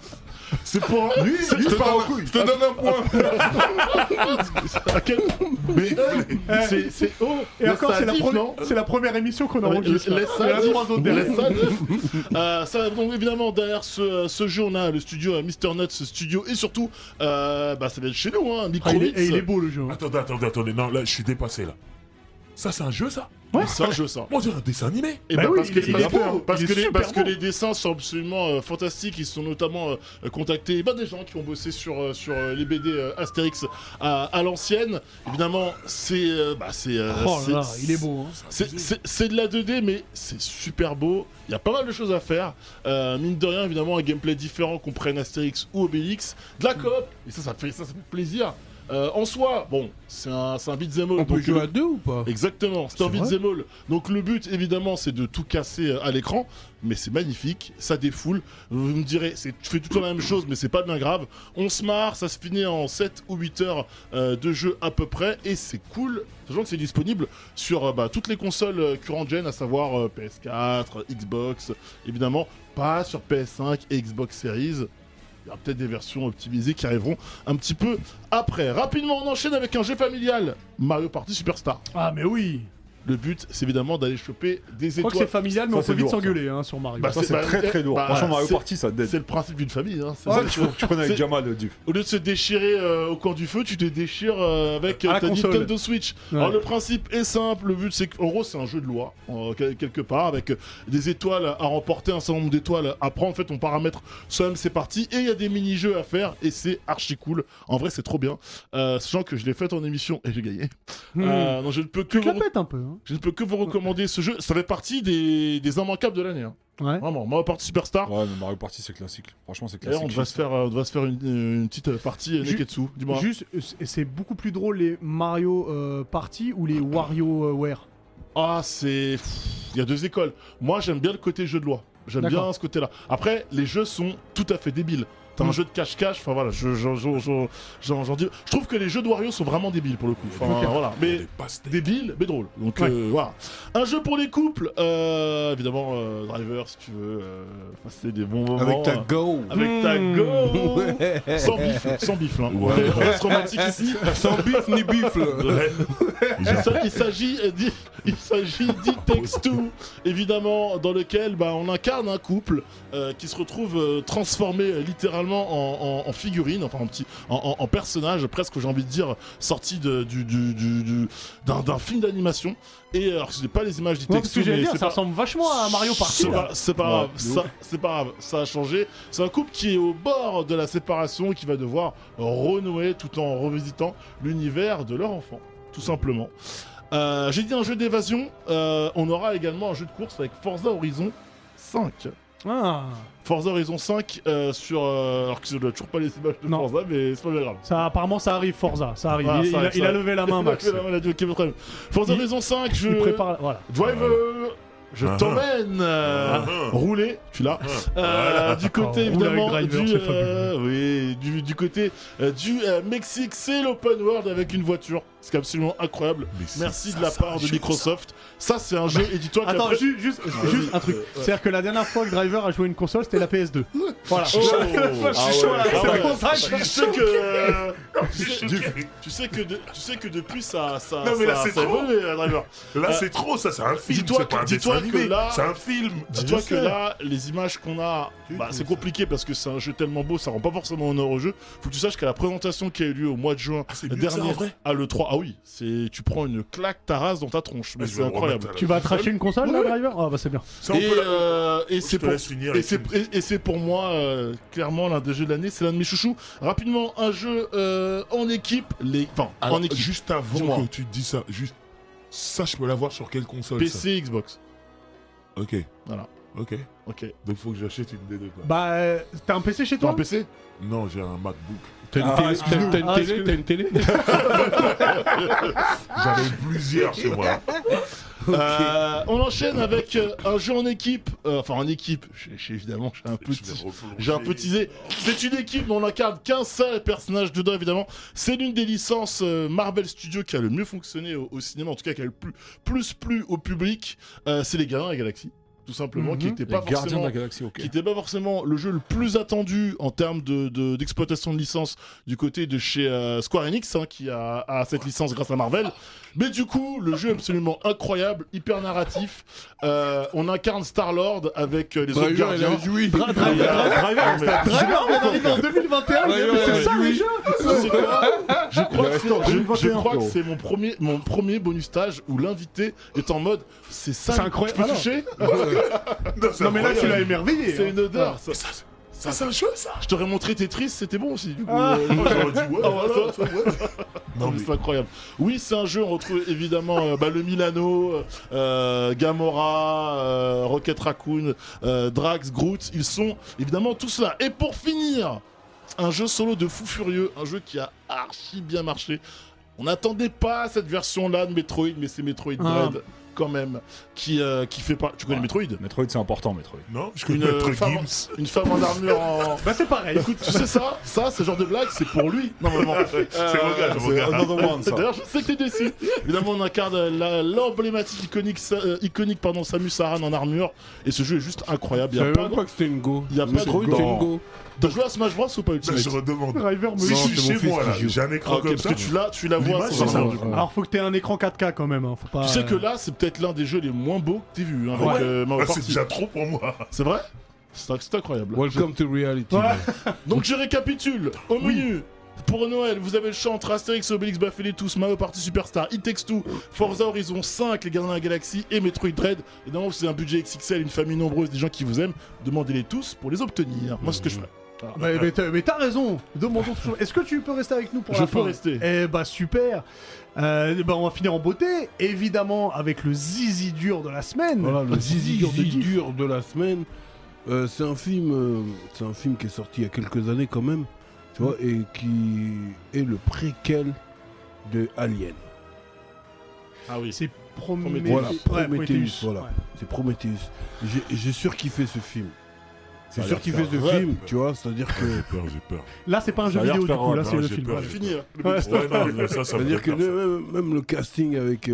C'est pour.
Lui, lui,
je te
part
donne-
en couille.
Je te donne un point. À quel- Mais c'est c'est oh.
Euh, Et encore, c'est la,
Laisse ça,
première-
non
c'est la première émission qu'on
Ouais,
enregistre. là. Ah,
Laisse
Il y en
ça,
a trois autres derrière.
laisse ça, Euh, ça, donc évidemment derrière ce, ce jeu on a le studio euh, Mr Nuts Studio et surtout euh, bah ça vient de chez nous hein,
Ah, il,
Microbits.
est, et il est beau le jeu. hein.
Attendez, attendez, attendez. Non, là, je suis dépassé, là. Ça, c'est un jeu, ça
C'est un jeu ça.
Moi, on dirait un dessin animé.
Et
Bah oui,
parce
il
que,
est- il
parce
est
que-
beau,
parce
il est
que les,
super
parce que
beau.
les dessins sont absolument euh, fantastiques. Ils sont notamment euh, contactés par des gens qui ont bossé sur, euh, sur euh, les BD euh, Astérix à, à l'ancienne. Évidemment, c'est. euh, bah, c'est euh,
Oh là là,
c'est-
il est beau. hein.
c'est- C'est c'est de la 2D, mais c'est super beau. Il y a pas mal de choses à faire. Euh, mine de rien, évidemment, un gameplay différent qu'on prenne Astérix ou Obélix. De la coop, et ça, ça fait, ça, ça fait plaisir. Euh, en soi, bon, c'est un, c'est un beat'em up.
On peut
donc
jouer à deux ou pas
Exactement, c'est un
vrai.
beat'em all. Donc le but évidemment c'est de tout casser euh, à l'écran, mais c'est magnifique, ça défoule. Vous me direz, c'est- tu fais tout le temps la même chose, mais c'est pas bien grave. On se marre, ça se finit en 7 ou 8 heures euh, de jeu à peu près, et c'est cool, sachant que c'est disponible sur euh, bah, toutes les consoles euh, current gen, à savoir euh, PS4, Xbox, évidemment, pas sur PS5 et Xbox Series. Il y aura peut-être des versions optimisées qui arriveront un petit peu après. Rapidement, on enchaîne avec un jeu familial, Mario Party Superstar.
Ah, mais oui.
Le but, c'est évidemment d'aller choper des
Je crois que c'est
étoiles.
familial, mais
Ça,
on peut
c'est
vite
lourd, ça.
s'engueuler hein, sur Mario.
Bah,
Ça, c'est
bah,
très très lourd.
bah,
Franchement, Mario
c'est-
Party, ça
C'est
dead.
le principe d'une famille. Hein. c'est
Ouais,
ça qu'il
tu,
faut.
tu prenais
c'est-
avec Jamal, euh, le diff.
Au lieu de se déchirer euh, au coin du feu, tu te déchires euh, avec
À
euh,
la
ta
console.
Nintendo Switch.
Ouais.
Alors le principe est simple, le but c'est qu'en gros c'est un jeu de loi, euh, quel- quelque part, avec euh, des étoiles à remporter, un certain nombre d'étoiles à prendre. En fait, on paramètre soi-même ses parties et il y a des mini-jeux à faire et c'est archi cool. En vrai, c'est trop bien. Euh, sachant que je l'ai fait en émission et j'ai gagné.
Hmm.
Euh, non, je ne peux que
Je la
vous,
pète un peu. hein.
je ne peux que vous recommander ce jeu. Ça fait partie des, des immanquables de l'année. hein.
Ouais.
Vraiment, moi, partie superstar.
Ouais, mais Mario Party, c'est classique. Franchement, c'est
D'ailleurs,
classique.
on devrait se faire, euh, on devrait se faire une, euh, une petite euh, partie euh,
Ju-
Neketsu, dis-moi.
Juste, euh, c'est- c'est beaucoup plus drôle les Mario euh, Party ou les euh, WarioWare.
Ah, c'est. pff, Il y a deux écoles. Moi, j'aime bien le côté jeu de loi. J'aime
D'accord.
bien ce côté-là. Après, les jeux sont tout à fait débiles. un jeu de cache-cache. Enfin voilà, je, je- je- je- j'en- j'en dis- je trouve que les jeux de Wario sont vraiment débiles pour le coup. Enfin
Ok.
voilà, mais
Des pastèques.
débiles, mais drôles. Donc
Ouais.
euh, voilà. Un jeu pour les couples, euh, évidemment, euh, Driver si tu veux. euh, passer des bons moments.
Avec ta
euh,
go.
Avec ta
Mmh.
go.
Ouais.
Sans bif, sans bif. Hein.
Ouais.
On reste romantique ici.
Sans bif ni bifle.
Ouais.
Il s'a- Il s'agit d'i- il s'agit d'It Takes Two, évidemment, dans lequel bah, on incarne un couple euh, qui se retrouve euh, transformé euh, littéralement en, en- en figurine, enfin en petit, en, en- en personnage presque, j'ai envie de dire, sorti de- du- du- du- du- d'un d'un film d'animation. Et euh, alors, ce n'est pas les images d'It
Ouais,
Takes
parce que
Two,
j'allais
mais
dire,
c'est
ça
pas-
ressemble vachement à Mario Party.
c'est
là.
pas, c'est pas grave, ça, c'est pas grave, ça a changé. C'est un couple qui est au bord de la séparation et qui va devoir renouer tout en revisitant l'univers de leur enfant, tout simplement. Euh, J'ai dit un jeu d'évasion, euh, on aura également un jeu de course avec Forza Horizon 5.
Ah,
Forza Horizon 5 euh, sur... euh, alors que je dois toujours pas les images de
Non.
Forza, mais c'est pas bien grave.
ça, apparemment, ça arrive, Forza. Ça arrive.
Ah,
il,
ça
il a-
arrive, ça
il a
arrive.
levé la main, Max.
Il a levé la main, il a dit, ok, pas de problème. Forza
Il-
Horizon 5, je...
Il prépare. Voilà.
Driver je
Ah.
t'emmène euh,
Ah.
rouler, tu l'as, Euh, du côté
Ah, rouler avec
évidemment
Driver,
du,
c'est
euh, oui, du, du côté euh, du euh, Mexique, c'est l'open world avec une voiture, ce qui est absolument incroyable.
Mais c'est-
Merci
ça, Ah
de la
c'est un
part de
jeu,
Microsoft. Ça, c'est un jeu,
bah,
et dis-toi
Attends,
qu'après-
ju- juste,
Ah,
juste
vas-y.
un truc.
Euh, ouais.
C'est-à-dire que la dernière fois que Driver a joué une console, c'était la PS2. Voilà.
Oh,
je suis
ah
chaud,
ouais,
là,
ah
c'est
ouais.
le contraire,
Tu
je-
sais que, euh, tu sais- tu- tu sais que de- tu sais que depuis ça, ça,
Non, mais là,
ça-
c'est
ça a
trop.
évolué, euh, Driver.
ça. Là,
Euh,
c'est trop, ça, c'est un film.
dis-toi
c'est
que-
pas un
dis-toi
dessin
que
animé,
là-
C'est un film.
Dis-toi
Je
que
sais.
là, les images qu'on a,
Tu
bah,
trouves
c'est
ça
compliqué parce que c'est un jeu tellement beau, ça rend pas forcément honneur au jeu. Faut que tu saches qu'à la présentation qui a eu lieu au mois de juin
Ah, c'est mieux que ça,
dernier,
en vrai
à l'E3, ah oui, c'est tu prends une claque ta race dans ta tronche, mais
Je
c'est
vais
incroyable.
remettre à
Tu
la-
vas tracher une console, là, Driver Ah, bah c'est bien.
Ça, on
Et,
peut la-
euh, et
Je
c'est
te
pour,
laisse finir.
et
les
c'est
films.
et- et c'est pour moi euh, clairement l'un des jeux de l'année, c'est l'un de mes chouchous. Rapidement, un jeu euh, en équipe, les, enfin
Alors,
en équipe,
juste
Dis-moi.
avant que tu dis ça, juste ça, je peux l'avoir sur quelle console ça
PC, Xbox.
Ok.
Voilà.
Ok.
Ok.
Donc faut que j'achète une des deux. quoi.
Bah, euh, t'as un PC chez
T'as
toi
un PC
Non, j'ai un MacBook.
T'as une télé- t'as- t'as une
Ah,
télé T'as une télé
Ah
J'en ai plusieurs chez moi.
Euh, on enchaîne avec euh, un jeu en équipe, euh, enfin en équipe. J'ai- j'ai- évidemment, j'ai un
Je vais
petit.
replonger.
J'ai un peu teasé. C'est une équipe, mais on incarne qu'un seul personnage dedans, évidemment. C'est l'une des licences euh, Marvel Studios qui a le mieux fonctionné au, au cinéma, en tout cas qui a le plus, plus plu au public. Euh, c'est les Gardiens de la Galaxie, tout simplement, qui
Mhm.
n'était pas
Gardien de
forcément
la galaxie, ok.
qui n'était pas forcément le jeu le plus attendu en termes de- de- d'exploitation de, licence du côté de chez euh, Square Enix, hein, qui a, a cette licence grâce à Marvel. Mais du coup, le jeu est absolument incroyable, hyper narratif. Euh, on incarne Star-Lord avec euh, les autres
Driver, Bah, il
gardiens.
a joui.
Dra- Dra- Dra- Driver, Ah, Driver, on arrive en 2021,
Ouais,
mais
ouais,
c'est
ouais,
ça
oui.
les jeux
C'est quoi Je crois que c'est- je- je
2021,
crois que
frérot.
c'est mon premier, mon premier bonus stage où l'invité est en mode c'est ça,
C'est incroyable.
je
Ah
peux toucher
Non, c'est
Non, mais là, tu l'as
incroyable.
émerveillé hein.
C'est une odeur. hein. Ah, Ça,
Ça, c'est- ça, c'est un jeu, ça.
je t'aurais montré Tetris, c'était bon aussi. Du coup,
Ah.
euh,
J'aurais dit ouais.
Ah, voilà.
Non, mais
c'est incroyable. Oui, c'est un jeu, on retrouve évidemment euh, bah, le Milano, euh, Gamora, euh, Rocket Raccoon, euh, Drax, Groot, ils sont évidemment tous là. Et pour finir, un jeu solo de fou furieux, un jeu qui a archi bien marché. On n'attendait pas cette version-là de Metroid, mais c'est Metroid
Ah.
Dread quand même, qui, euh, qui fait pas... Tu connais
Ouais.
Metroid
Metroid, c'est important, Metroid.
non, je
Une,
connais
euh,
notre
femme-
Gims.
Une femme en armure en...
Bah, c'est pareil.
Écoute, tu sais ça, ça, ce genre de blague, c'est pour lui, normalement.
C'est mon gars, c'est mon gars.
Ah, Another one, ça.
D'ailleurs, je sais que t'es déçu. Évidemment, on incarne euh, la- l'emblématique iconique, Sa- euh, iconique pardon, Samus Aran en armure. Et ce jeu est juste incroyable. Il
Je
y a
savais
pas
même
de...
pas que c'était une go.
Il y a pas de-
Metroid, c'est une go.
T'as joué à Smash Bros ou pas
Ça,
Ultimate
je redemande.
Driver me
Si
Non,
je suis
c'est mon
chez
fils
moi,
qui
là,
joue.
j'ai un
Ah,
écran
ok,
comme
parce
ça.
que tu la, tu la vois.
L'image,
c'est
c'est
vraiment-
ça.
Ouais.
Alors, faut que t'aies un écran 4K quand même. hein, Faut pas.
Tu sais que là, c'est peut-être l'un des jeux les moins beaux que t'aies vu. hein, avec,
Ouais.
euh, Mario
Ah, C'est
Party.
déjà trop pour moi.
C'est vrai C'est c'est incroyable.
Welcome to reality.
Ouais.
Donc je récapitule, au menu, pour Noël, vous avez le chant entre Astérix, Obélix, Baffé les tous, Mario Party Superstar, It Takes Two, Forza Horizon 5, Les Gardiens de la Galaxie et Metroid Dread. Et normalement, si c'est un budget XXL, une famille nombreuse, des gens qui vous aiment, demandez-les tous pour les obtenir. Moi, c'est ce
Mm.
que je ferais.
Ah bah, Mais, mais t'as, mais t'as raison. Demandons toujours. Est-ce que tu peux rester avec nous pour
Je
la
peux
fin
rester.
Eh bah super. Euh, eh bah, on va finir en beauté, évidemment avec le zizi dur de la semaine.
Voilà, le zizi dur de,
Gif.
dur de la semaine. Euh, c'est un film, euh, c'est un film qui est sorti il y a quelques années quand même, tu vois, et qui est le préquel de Alien.
Ah oui.
C'est Prometheus.
Prometheus.
Voilà,
Ouais,
Prometheus, voilà.
Ouais.
C'est Prometheus. J'ai- J'ai surkiffé ce film.
Ah,
C'est sûr qu'il fait ce film, tu vois, c'est-à-dire que.
J'ai peur, j'ai peur.
Là, c'est pas un
Ça
jeu
a l'air
vidéo du
de faire
coup,
un-
là,
non,
c'est le
j'ai
film.
peur,
ouais.
j'ai
Fini, hein. là. Le
Ouais,
mec-
c'est-
Ouais, non, mais ça, ça me
C'est-à-dire
fait
que
peur, ça.
le- même, même le casting avec euh,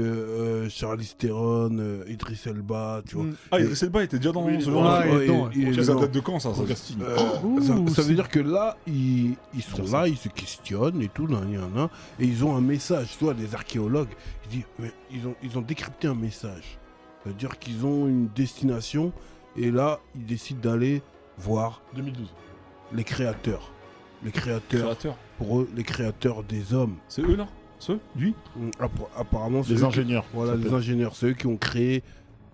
euh, Charlize Theron, euh, Idris Elba, tu vois.
Mm.
Ah, Idris Elba était déjà dans Ah,
Oui,
ce
ouais,
genre de
il est
Ouais,
dedans,
il- il-
film. Ça
non.
date de quand, ça, ça casting
Euh,
Ouh,
ça, ça
c'est-
veut dire que là, ils, ils sont là, ils se questionnent et tout, nan, nan, nan, et ils ont un message. Tu vois, des archéologues, ils disent, mais ils ont, ils ont décrypté un message. C'est-à-dire qu'ils ont une destination, et là, ils décident d'aller voir
2012.
les créateurs. Les créateurs,
Créateur.
pour eux, les créateurs des hommes.
C'est eux, là Ceux Lui
Mm, appar- Apparemment, c'est
Les
eux qui-
ingénieurs.
Voilà,
ça
les
s'appelle.
ingénieurs, c'est eux qui ont créé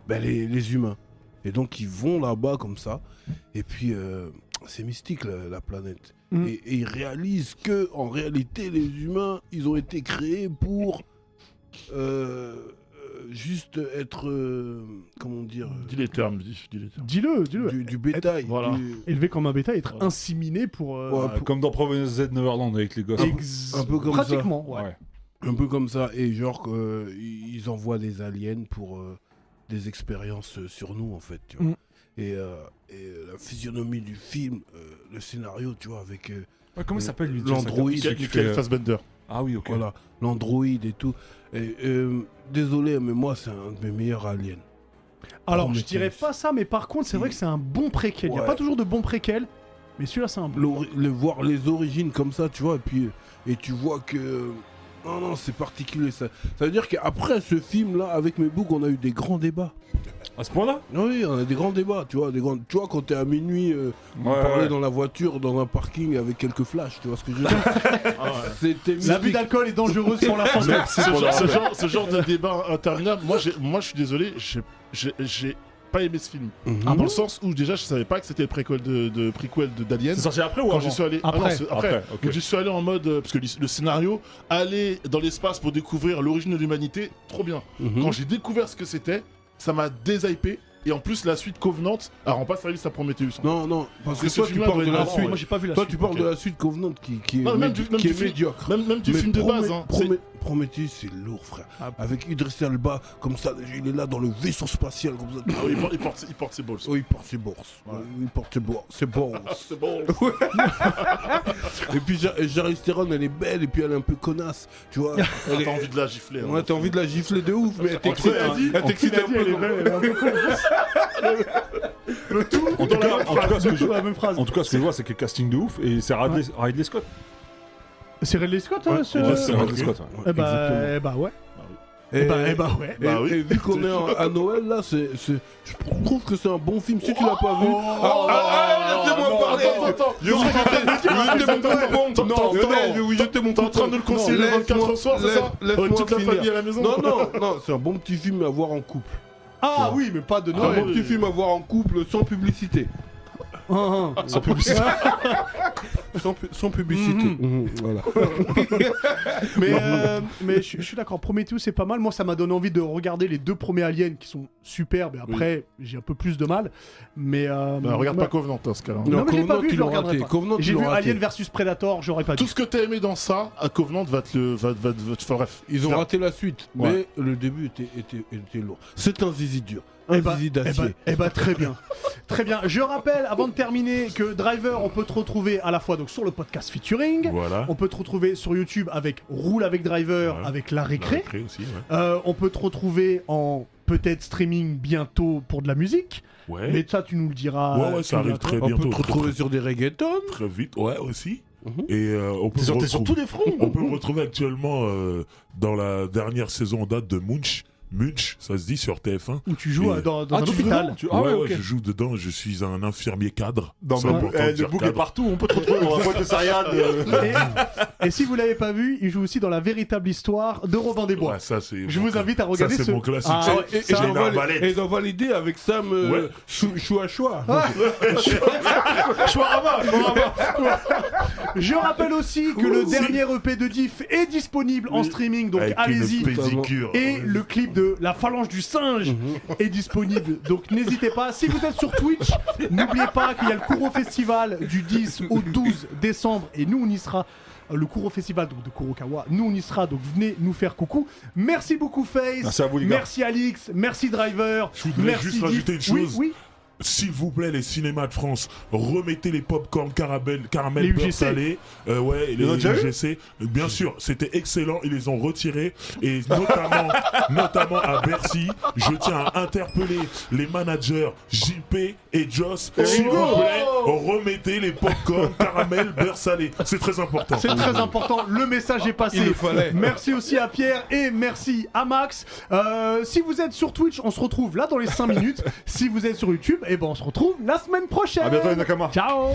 ben, les, les humains. Et donc ils vont là-bas comme ça. Et puis euh, c'est mystique la, la planète.
Mm.
Et, et ils réalisent que en réalité les humains, ils ont été créés pour euh, euh, juste être euh, comment dire euh,
Dis les termes, dis, dis les termes.
Dis-le, dis-le.
du, du bétail.
Voilà.
du-
Élevé comme un bétail, être
Voilà.
inséminé pour. euh,
Ouais,
Ah,
pour-
Comme dans Providence Z Neverland avec les gosses.
ex-
un peu comme ça.
Pratiquement, ouais.
Ouais.
un peu comme ça. Et genre euh, ils ils envoient des aliens pour euh, des expériences euh, sur nous en fait. Tu vois.
Mm.
Et, euh, et, euh, la physionomie du film, euh, le scénario, tu vois, avec euh,
Ouais, Comment il s'appelle, lui déjà, ça
L'android,
Celui qui fait,
Michael
euh,
Fassbender.
Ah oui, ok.
Voilà, l'Android et tout. Et, euh, désolé, mais moi, c'est un de mes meilleurs aliens.
Alors,
Prometheus.
je dirais pas ça, mais par contre, c'est vrai que c'est un bon préquel. Il n'y a
Ouais.
pas toujours de bons préquels, mais celui-là, c'est un bon.
L'ori- Le, voir les origines comme ça, tu vois, et puis euh, et tu vois que. euh, Non, non, c'est particulier ça. Ça veut dire qu'après ce film-là, avec mes boucs, on a eu des grands débats.
À ce point-là
Oui, on a des grands débats, tu vois. Des grands... Tu vois, quand t'es à minuit, euh, on
Ouais,
parlait
ouais.
dans la voiture, dans un parking avec quelques flashs, tu vois ce que je veux dire Ah C'était
L'abus
mystique.
d'alcool est dangereuse pour la
Ah,
santé.
ce, genre, ce genre- ce genre de débat interminable, moi, j'ai- moi je suis désolé, j'ai- j'ai j'ai pas aimé ce film. Ah
Mhm.
Dans le sens où déjà je savais pas que c'était le préquel de, de, préquel de d'Alien.
C'est sorti après ou
Quand
avant
j'y suis allé. ah
Après.
non, c'est après.
Après, ok.
Donc j'y suis allé en mode. euh, Parce que le scénario, aller dans l'espace pour découvrir l'origine de l'humanité, trop bien.
Mhm.
Quand j'ai découvert ce que c'était, ça m'a déshypé. Et en plus, la suite Covenant, elle rend pas service à Prometheus. hein.
Non, non, parce
Parce
que
que
toi,
ce
tu
film-là
parles de
doit
la
être avant,
suite.
Moi, j'ai pas vu la
Toi,
suite.
tu parles
ok.
de la suite convenante qui, qui est,
Non, même
médi-
du- même
qui
du
est
film-
médiocre.
Même, même du
Mais
film de
Promé-
base. Hein.
Promé- Prometheus, c'est lourd, frère.
Ah.
Avec Idris Elba, comme ça, il est là dans le vaisseau spatial, comme ça.
C'est- Ah oui, il porte- il porte, il porte ses balls.
Oh, il porte ses bourses.
Voilà.
Il porte ses bourses. Ses bourses.
C'est bon.
et puis, Ja- Charlize Theron, elle est belle, et puis elle est un peu connasse. Tu vois, elle est-
T'as envie de la gifler. hein.
Ouais, t'as envie de la gifler de ouf, mais elle t'excite.
elle a dit-
elle t'excite un peu. comme-
En tout cas, en tout cas, ce que je-
la même phrase.
en tout cas, ce que je vois, c'est que casting de ouf et c'est Ridley, Ridley Scott.
C'est Ridley Scott, hein, ce-
Ouais, c'est Ridley
ok.
Scott. ouais.
Eh bah, eh bah ouais.
Et,
Eh bah, eh bah ouais.
et-
bah oui.
et vu qu'on est en- à Noël là, c'est, c'est- je trouve que c'est un bon film. Si tu l'as pas vu,
Oh,
Ah, ah, ah, laissez-moi parler. Je vous jetez mon coupon.
Attends,
Non,
attends,
attendez, je vais vous jeter mon
T'es en train de le conseiller le 24 au soir, c'est ça
Laisse-moi
Avec toute la
finir.
famille à la maison
Non, non, non, c'est un bon petit film à voir en couple.
Ah oui, mais pas de
un
Noël.
bon petit film à voir en couple sans publicité.
Hein, hein.
Sans publicité.
Sans, pu- sans publicité. Mhm, voilà.
Mais, euh, mais je, je suis d'accord, Prometheus c'est pas mal. Moi ça m'a donné envie de regarder les deux premiers aliens qui sont superbes et après j'ai un peu plus de mal. Mais euh,
Bah, regarde
ouais.
pas Covenant dans ce cas-là.
Non, mais je l'ai
Covenant,
pas vu,
tu
je le
l'auras
regarderai
raté.
pas.
Covenant, tu
J'ai vu
l'auras raté.
Alien versus Predator, j'aurais pas
Tout
dû.
ce que t'as aimé dans ça, à Covenant va te le. Va, va, va- enfin, bref.
Ils ont
Tiens.
raté la suite,
Ouais.
mais le début était, était, était lourd. C'est un zizi dur, un
Eh bah,
zizi
Eh
d'acier.
ben, eh ben, très bien. très bien. Je rappelle, avant de terminer, que Driver, on peut te retrouver à la fois donc, sur le podcast featuring,
Voilà. Bah,
on peut te retrouver sur YouTube avec Roule avec Driver,
Ouais.
avec La
La
Récré.
récré aussi, ouais.
Euh, on peut te retrouver en peut-être streaming bientôt pour de la musique.
Ouais,
Mais euh, ça, tu nous le diras.
Eh ouais, ouais,
tu
ça
nous le
arrive
diras
très
On peut
bientôt.
te
très,
retrouver sur des reggaetons.
très, très vite, ouais, aussi.
Mhm.
Et euh, on peut
T'es sur,
me
t'es sur
retrouver-
tous les fronts.
On peut me retrouver actuellement euh, dans la dernière saison en date de Munch. Munch, ça se dit sur TF1.
Où tu joues
Et-
euh, dans, dans
Ah,
un
tu
hôpital.
tu-
ouais,
Ah ouais,
ouais,
ok.
je joue dedans, je suis un infirmier cadre.
Dans
C'est
le-
important
eh,
de
le
dire
bouc est
cadre.
partout, on peut te retrouver dans la boîte de Sariade. euh.
Et, et si vous l'avez pas vu, il joue aussi dans la véritable histoire de Robin des Bois.
Ouais, ça, c'est
Je
mon
vous
cla-
invite à regarder
ça, c'est
ce-
mon classique.
Ah ouais,
Et- et-
ça-
et
j'ai
ils ont
une
validé-
arbalète.
et ils ont validé avec Sam euh,
Ouais.
Chou- Chouachoua.
Je rappelle aussi que le dernier EP de Diff est disponible en streaming, donc
Avec une
allez-y.
pédicure.
Et le clip de La phalange du singe est disponible, donc n'hésitez pas. Si vous êtes sur Twitch, n'oubliez pas qu'il y a le Kourou Festival du 10 au 12 décembre, et nous on y sera. Euh, Le Kourou Festival donc, de Kurokawa, nous on y sera, donc venez nous faire coucou. Merci beaucoup Face,
Merci à vous, les gars.
merci Alix, merci Driver,
Je voudrais
merci
juste
Diff.
rajouter une
Oui,
chose.
oui.
S'il vous plaît, les cinémas de France, remettez les popcorn caramel, caramel
Les
beurre
UGC.
salé. Euh, ouais, les
en a déjà eu
UGC. Bien sûr, c'était excellent. Ils les ont retirés. Et notamment, notamment à Bercy, je tiens à interpeller les managers JP et Joss. S'il vous plaît, remettez les popcorn caramel beurre salé. C'est très important.
C'est très important, le message est passé.
Il le fallait.
Merci aussi à Pierre et merci à Max. Euh, si vous êtes sur Twitch, on se retrouve eh là dans les 5 minutes. si vous êtes sur YouTube, et ben on se retrouve la semaine prochaine.
À bientôt, les Nakama.
Ciao